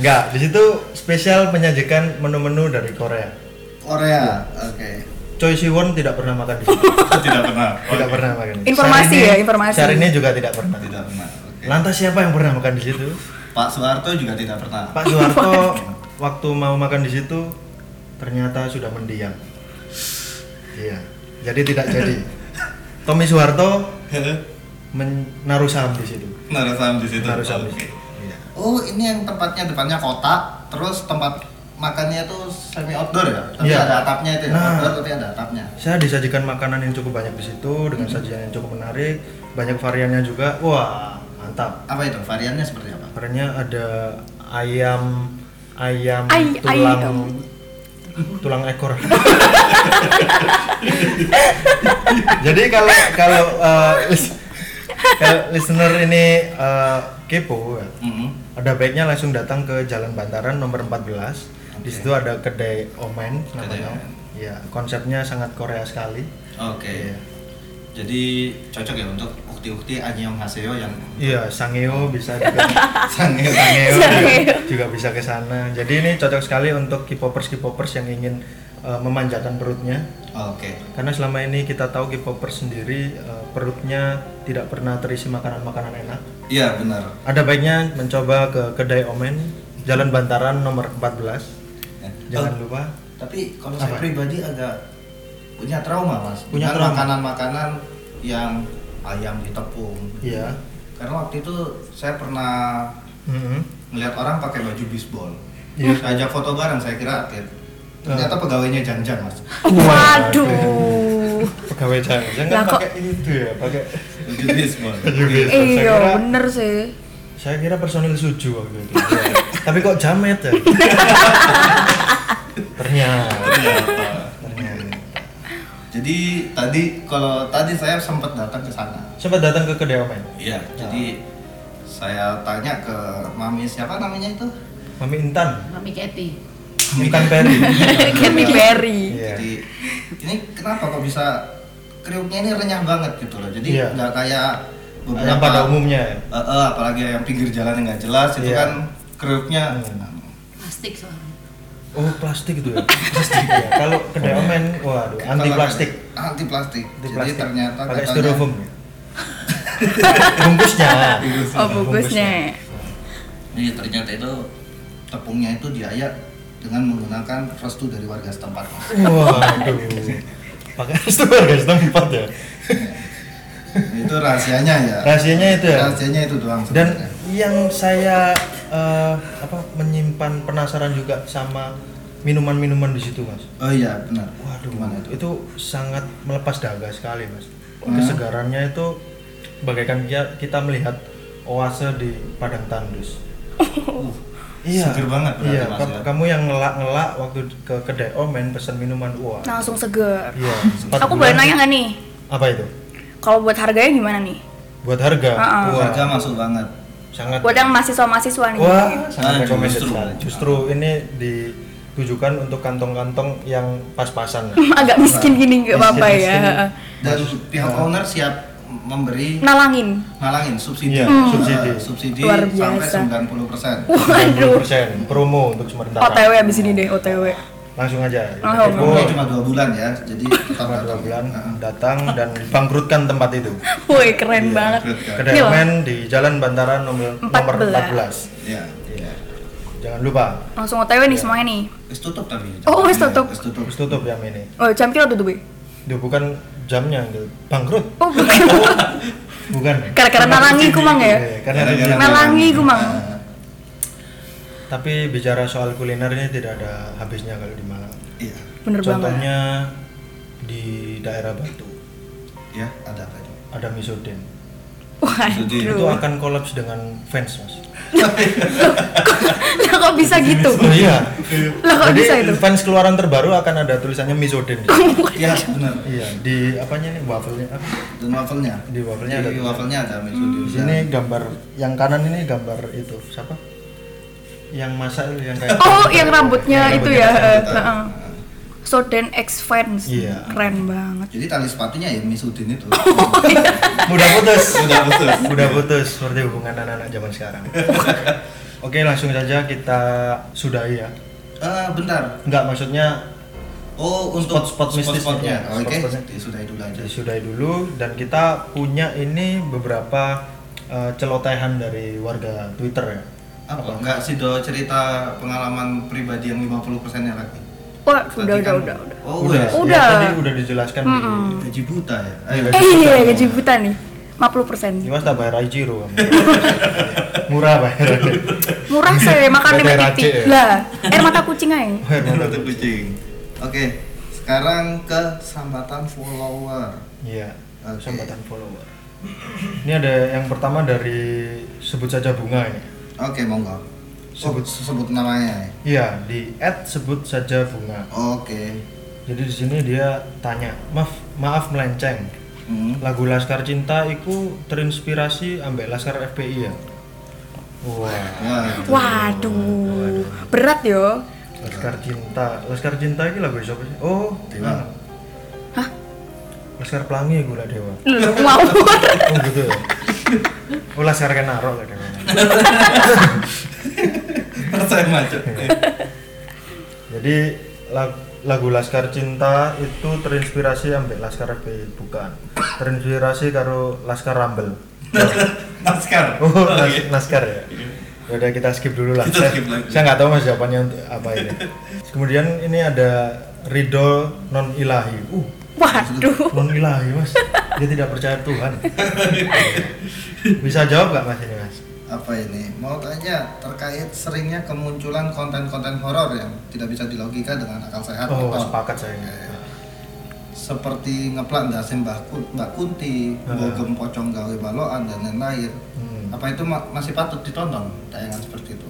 Speaker 1: nggak di situ spesial menyajikan menu-menu dari Korea Iya.
Speaker 2: Korea. Oke.
Speaker 1: Choi Siwon tidak pernah makan di situ
Speaker 2: Tidak pernah.
Speaker 1: tidak pernah makan.
Speaker 3: Informasi ya, informasi.
Speaker 1: Syahrini juga tidak pernah.
Speaker 2: iya. Tidak pernah. Oke.
Speaker 1: Lantas siapa yang pernah makan di situ?
Speaker 2: Pak Soeharto juga tidak pernah.
Speaker 1: Pak Soeharto waktu mau makan di situ ternyata sudah mendiam. Iya. Jadi tidak jadi. Tommy Soeharto menaruh saham di situ.
Speaker 2: Naruh saham di situ.
Speaker 1: Menaruh saham di
Speaker 2: Oke.
Speaker 1: situ. Iya.
Speaker 2: Oh, ini yang tempatnya depannya kotak, terus tempat makannya itu semi outdoor ya? Tapi
Speaker 1: Iya.
Speaker 2: ada atapnya itu ya?
Speaker 1: Nah.
Speaker 2: Outdoor tapi ada atapnya.
Speaker 1: Saya disajikan makanan yang cukup banyak di situ dengan sajian yang cukup menarik, banyak variannya juga. Wah, mantap.
Speaker 2: Apa itu? Variannya seperti apa?
Speaker 1: Variannya ada ayam ayam
Speaker 3: Ay-
Speaker 1: tulang
Speaker 3: ayam.
Speaker 1: tulang ekor. Jadi kalau kalau uh, lis- kalau listener ini uh, kepo ya,
Speaker 2: Mhm.
Speaker 1: ada baiknya langsung datang ke Jalan Bantaran nomor 14. Di
Speaker 2: Oke.
Speaker 1: situ ada kedai omen namanya.
Speaker 2: omen.
Speaker 1: Ya, konsepnya sangat Korea sekali.
Speaker 2: Oke.
Speaker 1: Iya.
Speaker 2: Jadi cocok ya untuk ukti-ukti Anyong Haseo yang
Speaker 1: Iya, Sangeo bisa juga. Sangeo
Speaker 2: sangat
Speaker 3: Sangeo.
Speaker 1: juga, juga bisa ke sana. Jadi ini cocok sekali untuk K-popers K-popers yang ingin uh, memanjakan perutnya.
Speaker 2: Oke.
Speaker 1: Karena selama ini kita tahu K-popers sendiri uh, perutnya tidak pernah terisi makanan-makanan enak.
Speaker 2: Iya, benar.
Speaker 1: Ada baiknya mencoba ke kedai Omen, Jalan Bantaran nomor 14.
Speaker 2: Ya.
Speaker 1: Jangan
Speaker 2: Oh,
Speaker 1: lupa.
Speaker 2: Tapi kalau saya
Speaker 1: Apa?
Speaker 2: pribadi agak punya trauma, Mas.
Speaker 1: Punya
Speaker 2: Dengan
Speaker 1: trauma.
Speaker 2: makanan-makanan yang ayam ditepung.
Speaker 1: Iya.
Speaker 2: Karena waktu itu saya pernah
Speaker 1: Mhm.
Speaker 2: melihat orang pakai baju bisbol.
Speaker 1: Iya. Nah.
Speaker 2: Saya ajak foto bareng, saya kira atlet. Ternyata pegawainya janjang mas.
Speaker 3: Waduh.
Speaker 1: Pegawai jangan
Speaker 3: Lah,
Speaker 1: jangan
Speaker 3: kok-
Speaker 1: pakai itu ya, pakai
Speaker 2: Baju bisbol.
Speaker 1: baju baseball. Saya
Speaker 3: Iya,
Speaker 1: kira-
Speaker 3: bener sih.
Speaker 1: Saya kira personil suju waktu itu. Tapi kok jamet ya? Ternyata. Ternyata.
Speaker 2: Jadi tadi kalau tadi saya sempat datang ke sana.
Speaker 1: Sempat datang ke kedai Omen.
Speaker 2: Iya. Jadi saya tanya ke mami siapa namanya itu?
Speaker 1: Mami Intan.
Speaker 6: Mami Keti.
Speaker 1: Intan Peri.
Speaker 3: Katy Perry.
Speaker 1: Iya.
Speaker 2: Jadi ini kenapa kok bisa kriuknya ini renyah banget gitu loh. Jadi
Speaker 1: Iya.
Speaker 2: nggak kayak beberapa
Speaker 1: Yang pada umumnya ya.
Speaker 2: Eh, eh, apalagi yang pinggir jalan yang nggak jelas
Speaker 1: Iya.
Speaker 2: itu
Speaker 1: Hmm.
Speaker 2: kan kriuknya
Speaker 6: Plastik soalnya.
Speaker 1: Oh plastik itu ya. Plastik ya. Kalau kedai omen, waduh, anti plastik.
Speaker 2: anti plastik
Speaker 1: Anti
Speaker 2: jadi
Speaker 1: plastik.
Speaker 2: ternyata
Speaker 1: pakai
Speaker 2: katanya-
Speaker 1: styrofoam. ya? Bungkusnya.
Speaker 3: Oh, bungkusnya.
Speaker 2: Jadi Iya, ternyata itu tepungnya itu diayak dengan menggunakan restu dari warga setempat.
Speaker 1: Waduh. Pakai itu harga setempat ya.
Speaker 2: itu rahasianya ya.
Speaker 1: Rahasianya itu ya.
Speaker 2: Rahasianya itu doang.
Speaker 1: Dan
Speaker 2: sebenarnya.
Speaker 1: yang saya eh, apa menyimpan penasaran juga sama minuman-minuman di situ, Mas.
Speaker 2: oh iya benar.
Speaker 1: Waduh,
Speaker 2: Gimana itu?
Speaker 1: itu sangat melepas dahaga sekali, Mas.
Speaker 2: Hmm.
Speaker 1: Kesegarannya itu bagaikan kia- kita melihat oase di padang tandus.
Speaker 2: Uh, Seger banget berarti
Speaker 1: Iya,
Speaker 2: mas.
Speaker 1: ka-
Speaker 2: ya.
Speaker 1: kamu yang ngelak-ngelak waktu ke kedai Omen pesan minuman wah.
Speaker 3: Langsung seger.
Speaker 1: Iya. ya. empat
Speaker 3: Nah. Aku boleh
Speaker 1: bulan.
Speaker 3: nanya nggak nih?
Speaker 1: Apa itu?
Speaker 3: Kalau buat harganya gimana nih?
Speaker 1: Buat harga.
Speaker 3: Ha-ha.
Speaker 1: Wah,
Speaker 2: Harga masuk banget.
Speaker 1: sangat
Speaker 3: Buat yang mahasiswa-mahasiswa nih.
Speaker 1: Wah,
Speaker 2: Ah,
Speaker 1: sangat recommended
Speaker 2: justru.
Speaker 1: sekali. Justru ini ditujukan untuk kantong-kantong yang pas-pasan.
Speaker 3: Agak miskin gini nggak apa-apa ya.
Speaker 2: Dan pihak owner siap memberi
Speaker 3: Nalangin.
Speaker 2: nalangin subsidi.
Speaker 1: Iya,
Speaker 2: Eh,
Speaker 1: subsidi.
Speaker 2: subsidi
Speaker 3: Luar
Speaker 2: sampai
Speaker 3: biasa.
Speaker 2: 90%.
Speaker 3: Waduh.
Speaker 1: 90% promo untuk Semarang.
Speaker 3: OTW abis ini deh, OTW.
Speaker 1: langsung aja
Speaker 3: Oh,
Speaker 1: Ibu
Speaker 2: Pokoknya cuma dua bulan ya, jadi tetap
Speaker 1: cuma dua
Speaker 2: datang.
Speaker 1: bulan
Speaker 2: Heeh.
Speaker 1: datang dan bangkrutkan tempat itu
Speaker 3: Woi
Speaker 2: Iya.
Speaker 1: Iya.
Speaker 3: keren banget.
Speaker 2: keren.
Speaker 3: Ini
Speaker 1: kedai
Speaker 3: loh,
Speaker 1: men di Jalan Bantaran nomor nomor
Speaker 3: 14.
Speaker 1: 14
Speaker 2: Iya.
Speaker 1: Iya. jangan lupa
Speaker 3: langsung otw
Speaker 1: Iya.
Speaker 3: nih semuanya nih.
Speaker 2: Wis tutup tapi.
Speaker 3: Oh, wis
Speaker 2: Iya,
Speaker 3: tutup.
Speaker 2: Wis tutup.
Speaker 1: terus tutup jam ini
Speaker 3: Oh jam kira tuh be?
Speaker 1: itu bukan jamnya itu bangkrut
Speaker 3: Oh bukan.
Speaker 1: bukan Karena
Speaker 3: Gara-gara nalangi
Speaker 1: subsidi.
Speaker 3: kumang ya?
Speaker 1: Iya, karena
Speaker 2: Gara-gara
Speaker 1: subsidi.
Speaker 3: Melangi gue mang.
Speaker 2: Nah,
Speaker 1: tapi bicara soal kuliner ini tidak ada habisnya kalau di Malang
Speaker 2: Iya.
Speaker 3: Bener banget.
Speaker 1: contohnya di daerah Batu
Speaker 2: Ya, ada apa itu?
Speaker 1: ada Misodin itu
Speaker 3: Waduh.
Speaker 1: akan kolaps dengan fans mas
Speaker 3: Lah kok bisa gitu?
Speaker 1: oh iya
Speaker 3: Lah kok bisa
Speaker 1: jadi
Speaker 3: itu?
Speaker 1: fans keluaran terbaru akan ada tulisannya Misodin di-
Speaker 2: Iya, benar.
Speaker 1: iya di apanya nih wafelnya apa?
Speaker 2: Dan wafelnya.
Speaker 1: di wafelnya ada Hmm,
Speaker 2: Di
Speaker 1: tulisan.
Speaker 2: wafelnya ada Iya. miso
Speaker 1: di sini gambar yang kanan ini gambar itu siapa yang masak itu yang kayak
Speaker 3: Oh yang rambutnya itu ya.
Speaker 2: rambutnya.
Speaker 3: heeh. Soden X fans.
Speaker 1: Iya.
Speaker 3: Keren banget.
Speaker 2: Jadi tali sepatunya ya Misudin itu.
Speaker 3: Oh, iya.
Speaker 1: mudah putus
Speaker 2: Udah putus.
Speaker 1: mudah putus seperti hubungan anak-anak zaman sekarang oke langsung saja kita sudahi ya
Speaker 2: Eh, bentar.
Speaker 1: Enggak maksudnya
Speaker 2: Oh, untuk
Speaker 1: Spot-spot mistisnya.
Speaker 2: spot-spotnya.
Speaker 1: Iya,
Speaker 2: Oke,
Speaker 1: spot-spotnya.
Speaker 2: sudah dulu aja.
Speaker 1: disudahi dulu dan kita punya ini beberapa eh, celotehan dari warga Twitter ya.
Speaker 2: Apa? Enggak sih do cerita pengalaman pribadi yang 50%-nya lagi.
Speaker 3: Wah
Speaker 2: Tadi
Speaker 3: udah udah
Speaker 2: kan-
Speaker 3: udah Hmm. udah.
Speaker 2: Oh, udah.
Speaker 1: ya,
Speaker 3: Udah.
Speaker 1: tadi udah dijelaskan di
Speaker 2: Gaji buta
Speaker 1: Iya,
Speaker 2: ya. Ayo.
Speaker 1: gaji
Speaker 3: Eh iya gaji buta nih. 50 persen.
Speaker 1: Ini mas tak bayar Aijiro Murah bayar
Speaker 3: Murah saya makan
Speaker 1: Gak
Speaker 3: lima
Speaker 1: ada
Speaker 3: titik.
Speaker 1: racik ya?
Speaker 3: Lah air mata kucing aja.
Speaker 1: Bayar murah.
Speaker 2: Ratu kucing. Oke, sekarang ke sambatan follower.
Speaker 1: Iya
Speaker 2: Oke.
Speaker 1: Sambatan follower Ini ada yang pertama dari Sebut saja bunga ini
Speaker 2: Oke, monggo.
Speaker 1: Sebut.
Speaker 2: Sebut sebut namanya. ya.
Speaker 1: Iya di add sebut saja bunga
Speaker 2: Oke.
Speaker 1: Jadi di sini dia tanya Maaf, maaf melenceng
Speaker 2: Hmm.
Speaker 1: Lagu Laskar Cinta itu terinspirasi ambek Laskar FPI ya Wah
Speaker 2: Wah, Ya, itu.
Speaker 3: Waduh berat yo.
Speaker 1: Laskar Cinta Laskar Cinta ini lagu siapa sih? Oh
Speaker 2: Dewa.
Speaker 1: Hah? Laskar Pelangi gula Dewa
Speaker 3: Lu ngawur.
Speaker 1: Oh gitu ya? Oh Laskar Kenaro lah Dewa
Speaker 2: Percaya macet.
Speaker 1: Jadi lag- lagu Laskar Cinta itu terinspirasi ambek Laskar FPI bukan Terinspirasi karo Laskar Rambel
Speaker 2: Naskar.
Speaker 1: Oh, nas
Speaker 2: Oke.
Speaker 1: naskar ya. Ya Udah kita skip dulu lah.
Speaker 2: iya. Kita
Speaker 1: Saya-
Speaker 2: skip lagi.
Speaker 1: Saya nggak tahu mas jawabannya untuk apa ini. Kemudian ini ada ridho non ilahi. Uh,
Speaker 3: Waduh.
Speaker 1: non ilahi mas. Dia tidak percaya Tuhan. Bisa jawab nggak mas ini mas?
Speaker 2: Apa ini? Mau tanya terkait seringnya kemunculan konten-konten horor yang tidak bisa dilogika dengan akal sehat.
Speaker 1: Oh,
Speaker 2: atau-
Speaker 1: sepakat saya.
Speaker 2: Iya,
Speaker 1: ini.
Speaker 2: seperti ngeplan dasim Mbak, Kun- Mbak Kunti,
Speaker 1: Ah.
Speaker 2: Bogem Pocong Gawe Baloan dan lain-lain.
Speaker 1: Hmm.
Speaker 2: Apa itu ma- masih patut ditonton tayangan seperti itu?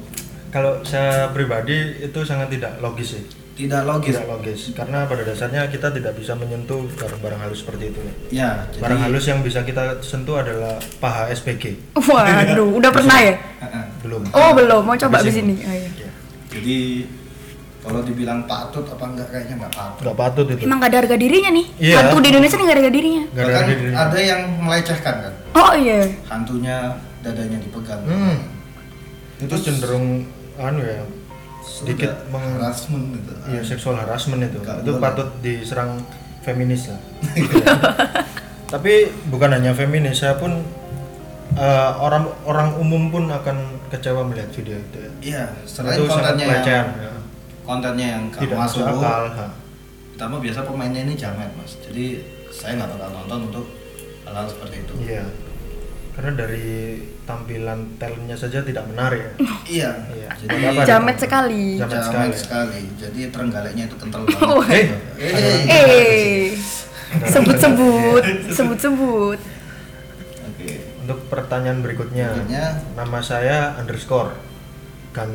Speaker 1: Kalau saya pribadi itu sangat tidak logis sih.
Speaker 2: Tidak logis.
Speaker 1: Tidak logis karena pada dasarnya kita tidak bisa menyentuh barang-barang halus seperti itu.
Speaker 2: Ya, jadi
Speaker 1: Barang halus yang bisa kita sentuh adalah paha SPG.
Speaker 3: Waduh udah pernah ya?
Speaker 2: Heeh.
Speaker 1: Belum.
Speaker 3: Oh belum mau coba
Speaker 1: Habis
Speaker 3: abis ini.
Speaker 1: ini.
Speaker 3: Oh, iya.
Speaker 1: Ya.
Speaker 2: Jadi kalau dibilang patut apa enggak kayaknya enggak patut.
Speaker 1: Nggak patut itu.
Speaker 3: Emang gak ada harga dirinya nih?
Speaker 1: Iya.
Speaker 3: Hantu di Indonesia nih gak ada harga dirinya.
Speaker 1: Nggak ada
Speaker 2: Bahkan
Speaker 1: harga dirinya.
Speaker 2: ada yang melecehkan kan.
Speaker 3: Oh iya.
Speaker 2: Hantunya dadanya dipegang.
Speaker 1: Hmm. Itu cenderung anu ya, sedikit
Speaker 2: Sudah
Speaker 1: meng-
Speaker 2: harassment gitu.
Speaker 1: iya seksual harassment itu.
Speaker 2: Nggak
Speaker 1: itu
Speaker 2: boleh.
Speaker 1: patut diserang feminis lah. Iya. Tapi bukan hanya feminis, saya pun eh, orang orang umum pun akan kecewa melihat video itu. Ya.
Speaker 2: Iya, selain
Speaker 1: itu sangat
Speaker 2: kontennya
Speaker 1: pelecehan.
Speaker 2: yang
Speaker 1: ya.
Speaker 2: kontennya yang nggak
Speaker 1: Tidak masuk
Speaker 2: masuk
Speaker 1: akal. ha.
Speaker 2: pertama biasa pemainnya ini jamet mas jadi saya nggak bakal nonton untuk hal-hal seperti itu
Speaker 1: Iya. Karena dari tampilan telnya saja tidak menarik. ya.
Speaker 2: iya
Speaker 1: Iya.
Speaker 2: jadi
Speaker 1: Apa ada
Speaker 3: Jamet
Speaker 1: tampilan?
Speaker 3: sekali.
Speaker 1: Jamet,
Speaker 2: jamet
Speaker 1: sekali.
Speaker 2: sekali. jadi terenggaleknya itu kental banget
Speaker 1: Eh,
Speaker 2: Eh.
Speaker 3: Eh. Sebut-sebut, sebut-sebut.
Speaker 2: oke
Speaker 1: Untuk pertanyaan berikutnya,
Speaker 2: Berikutnya.
Speaker 1: nama saya underscore gan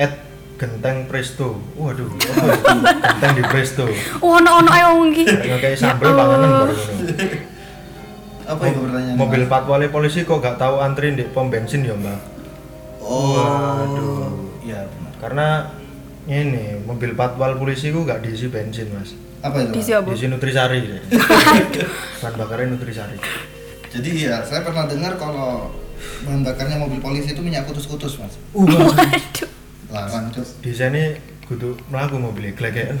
Speaker 1: at genteng presto. Waduh, apa itu? genteng di presto.
Speaker 3: Oh no no ayo ngi.
Speaker 1: Kayak kayak sambel panganan baru ini.
Speaker 2: apa itu pertanyaan
Speaker 1: Mobil
Speaker 2: Mas?
Speaker 1: patwale polisi kok gak tahu antri di pom bensin ya mbak?
Speaker 2: oh
Speaker 1: Waduh.
Speaker 2: iya benar
Speaker 1: Karena ini mobil patwal polisi ku gak diisi bensin mas,
Speaker 2: apa itu
Speaker 3: Di
Speaker 2: Mas?
Speaker 3: siapa?
Speaker 1: diisi nutrisari. deh. Bahan bakarnya nutrisari.
Speaker 2: jadi iya saya pernah dengar kalau bahan bakarnya mobil polisi itu minyak kutus-kutus mas
Speaker 1: Uh,
Speaker 3: Waduh.
Speaker 2: larang cuk
Speaker 1: desainnya kudu melaku mobilnya gelegean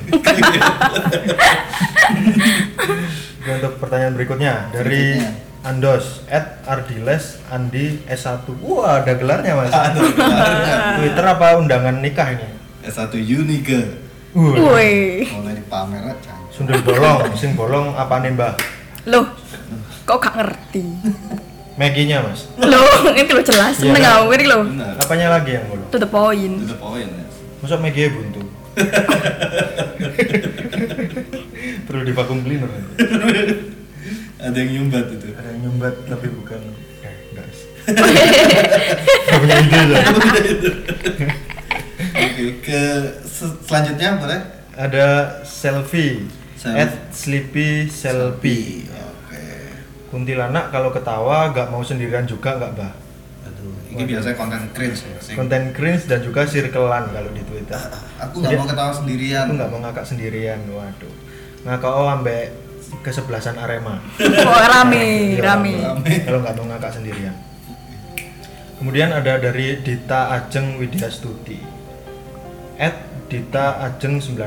Speaker 1: Oke, untuk pertanyaan berikutnya dari
Speaker 2: Berikutnya.
Speaker 1: Andos at Ardiles Andi S1 wah Ah, ada gelarnya mas
Speaker 2: Aduh, benar.
Speaker 1: Twitter apa undangan nikah ini
Speaker 2: S1 Unique
Speaker 1: Wah,
Speaker 3: Woi.
Speaker 2: mulai dipamer aja
Speaker 1: sundel bolong sing bolong apa nih mbak
Speaker 3: Loh, kok gak ngerti?
Speaker 1: Maggie-nya mas
Speaker 3: Loh, ini lo jelas,
Speaker 1: Iya,
Speaker 3: seneng
Speaker 1: kan?
Speaker 3: aku ini lo.
Speaker 2: benar
Speaker 1: apanya lagi yang bolong
Speaker 3: To the
Speaker 2: to
Speaker 3: point.
Speaker 2: the point ya.
Speaker 1: masa Maggie buntu perlu divakum cleaner
Speaker 2: ada yang nyumbat itu
Speaker 1: ada yang nyumbat tapi bukan eh enggak punya ide loh.
Speaker 2: oke ke se- selanjutnya boleh
Speaker 1: ada selfie
Speaker 2: Self-
Speaker 1: at sleepy selfie
Speaker 2: Ya,
Speaker 1: ya.
Speaker 2: oke
Speaker 1: kuntilanak kalau ketawa nggak mau sendirian juga nggak bah
Speaker 2: aduh ini biasanya konten cringe ya sing.
Speaker 1: konten cringe dan juga sirkelan kalau di twitter
Speaker 2: aku nggak mau ketawa sendirian
Speaker 1: aku nggak mau ngakak sendirian waduh ngakak oh ambek kesebelasan arema
Speaker 3: Oh, rame,
Speaker 1: Iya,
Speaker 3: rame.
Speaker 2: rame.
Speaker 1: kalau nggak mau ngakak sendirian kemudian ada dari Dita Ajeng Widya Stuti at Dita Ajeng 96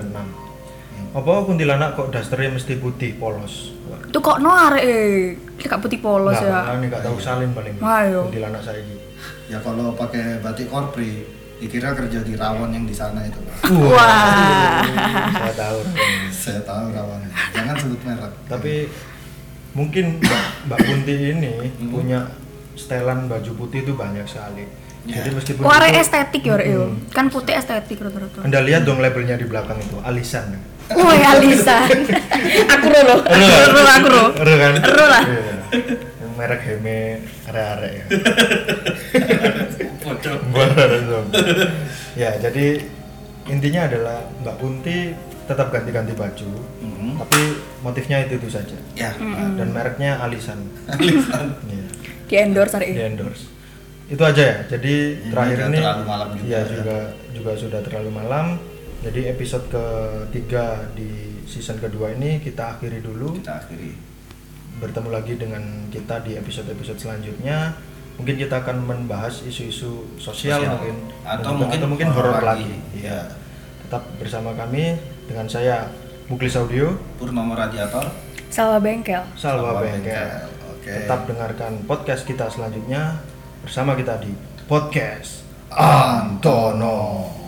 Speaker 1: apa kuntilanak kok dasternya mesti putih polos Wah,
Speaker 3: Itu kok no arek e. Gak putih polos
Speaker 1: nggak bakal
Speaker 3: ya.
Speaker 1: nih nggak tahu salin paling
Speaker 3: Wah, iya.
Speaker 1: kuntilanak saya ini
Speaker 2: ya kalau pakai batik korpri dikira kerja di rawon yang di sana itu Pak.
Speaker 3: Wah.
Speaker 1: saya tahu
Speaker 2: saya tahu rawon jangan sebut merek Ya.
Speaker 1: tapi mungkin Mbak, Mbak Kunti ini punya setelan baju putih itu banyak sekali
Speaker 2: Ya.
Speaker 1: jadi meskipun
Speaker 3: Oh, arek
Speaker 1: itu-
Speaker 3: estetik ya, arek e.
Speaker 1: Hmm.
Speaker 3: Kan putih estetik rata-rata.
Speaker 1: anda lihat dong labelnya di belakang itu alisan
Speaker 3: Woi, Alisa. aku ro lo. Aku ro, aku ro.
Speaker 1: Ero kan
Speaker 3: Ero Oh. lah.
Speaker 1: Iya. yang merek heme are-are ya
Speaker 2: pocok
Speaker 1: Barang dong. ya jadi intinya adalah Mbak Kunti tetap ganti-ganti baju
Speaker 2: Mhm.
Speaker 1: tapi motifnya itu itu saja
Speaker 2: ya
Speaker 1: Nah, dan mereknya alisan
Speaker 2: alisan
Speaker 1: Iya.
Speaker 3: Di endorse
Speaker 2: Eh.
Speaker 3: arek e.
Speaker 1: di endorse itu aja ya jadi terakhir
Speaker 2: udah
Speaker 1: ini
Speaker 2: terlalu malam juga
Speaker 1: iya,
Speaker 2: ya.
Speaker 1: juga juga sudah terlalu malam jadi episode ketiga di season kedua ini kita akhiri dulu
Speaker 2: kita akhiri
Speaker 1: bertemu lagi dengan kita di episode-episode selanjutnya mungkin kita akan membahas isu-isu sosial,
Speaker 2: Sosial.
Speaker 1: mungkin
Speaker 2: Atau
Speaker 1: Dan juga-
Speaker 2: mungkin
Speaker 1: atau mungkin
Speaker 2: horor
Speaker 1: horor lagi,
Speaker 2: lagi.
Speaker 1: Iya. tetap bersama kami dengan saya Muklis Audio
Speaker 2: Purnomo Radiator
Speaker 3: Sawah bengkel.
Speaker 1: Salwa
Speaker 2: Salwa
Speaker 1: Bengkel.
Speaker 2: Bengkel. Oke.
Speaker 1: Tetap dengarkan podcast kita selanjutnya bersama kita di podcast
Speaker 2: Antono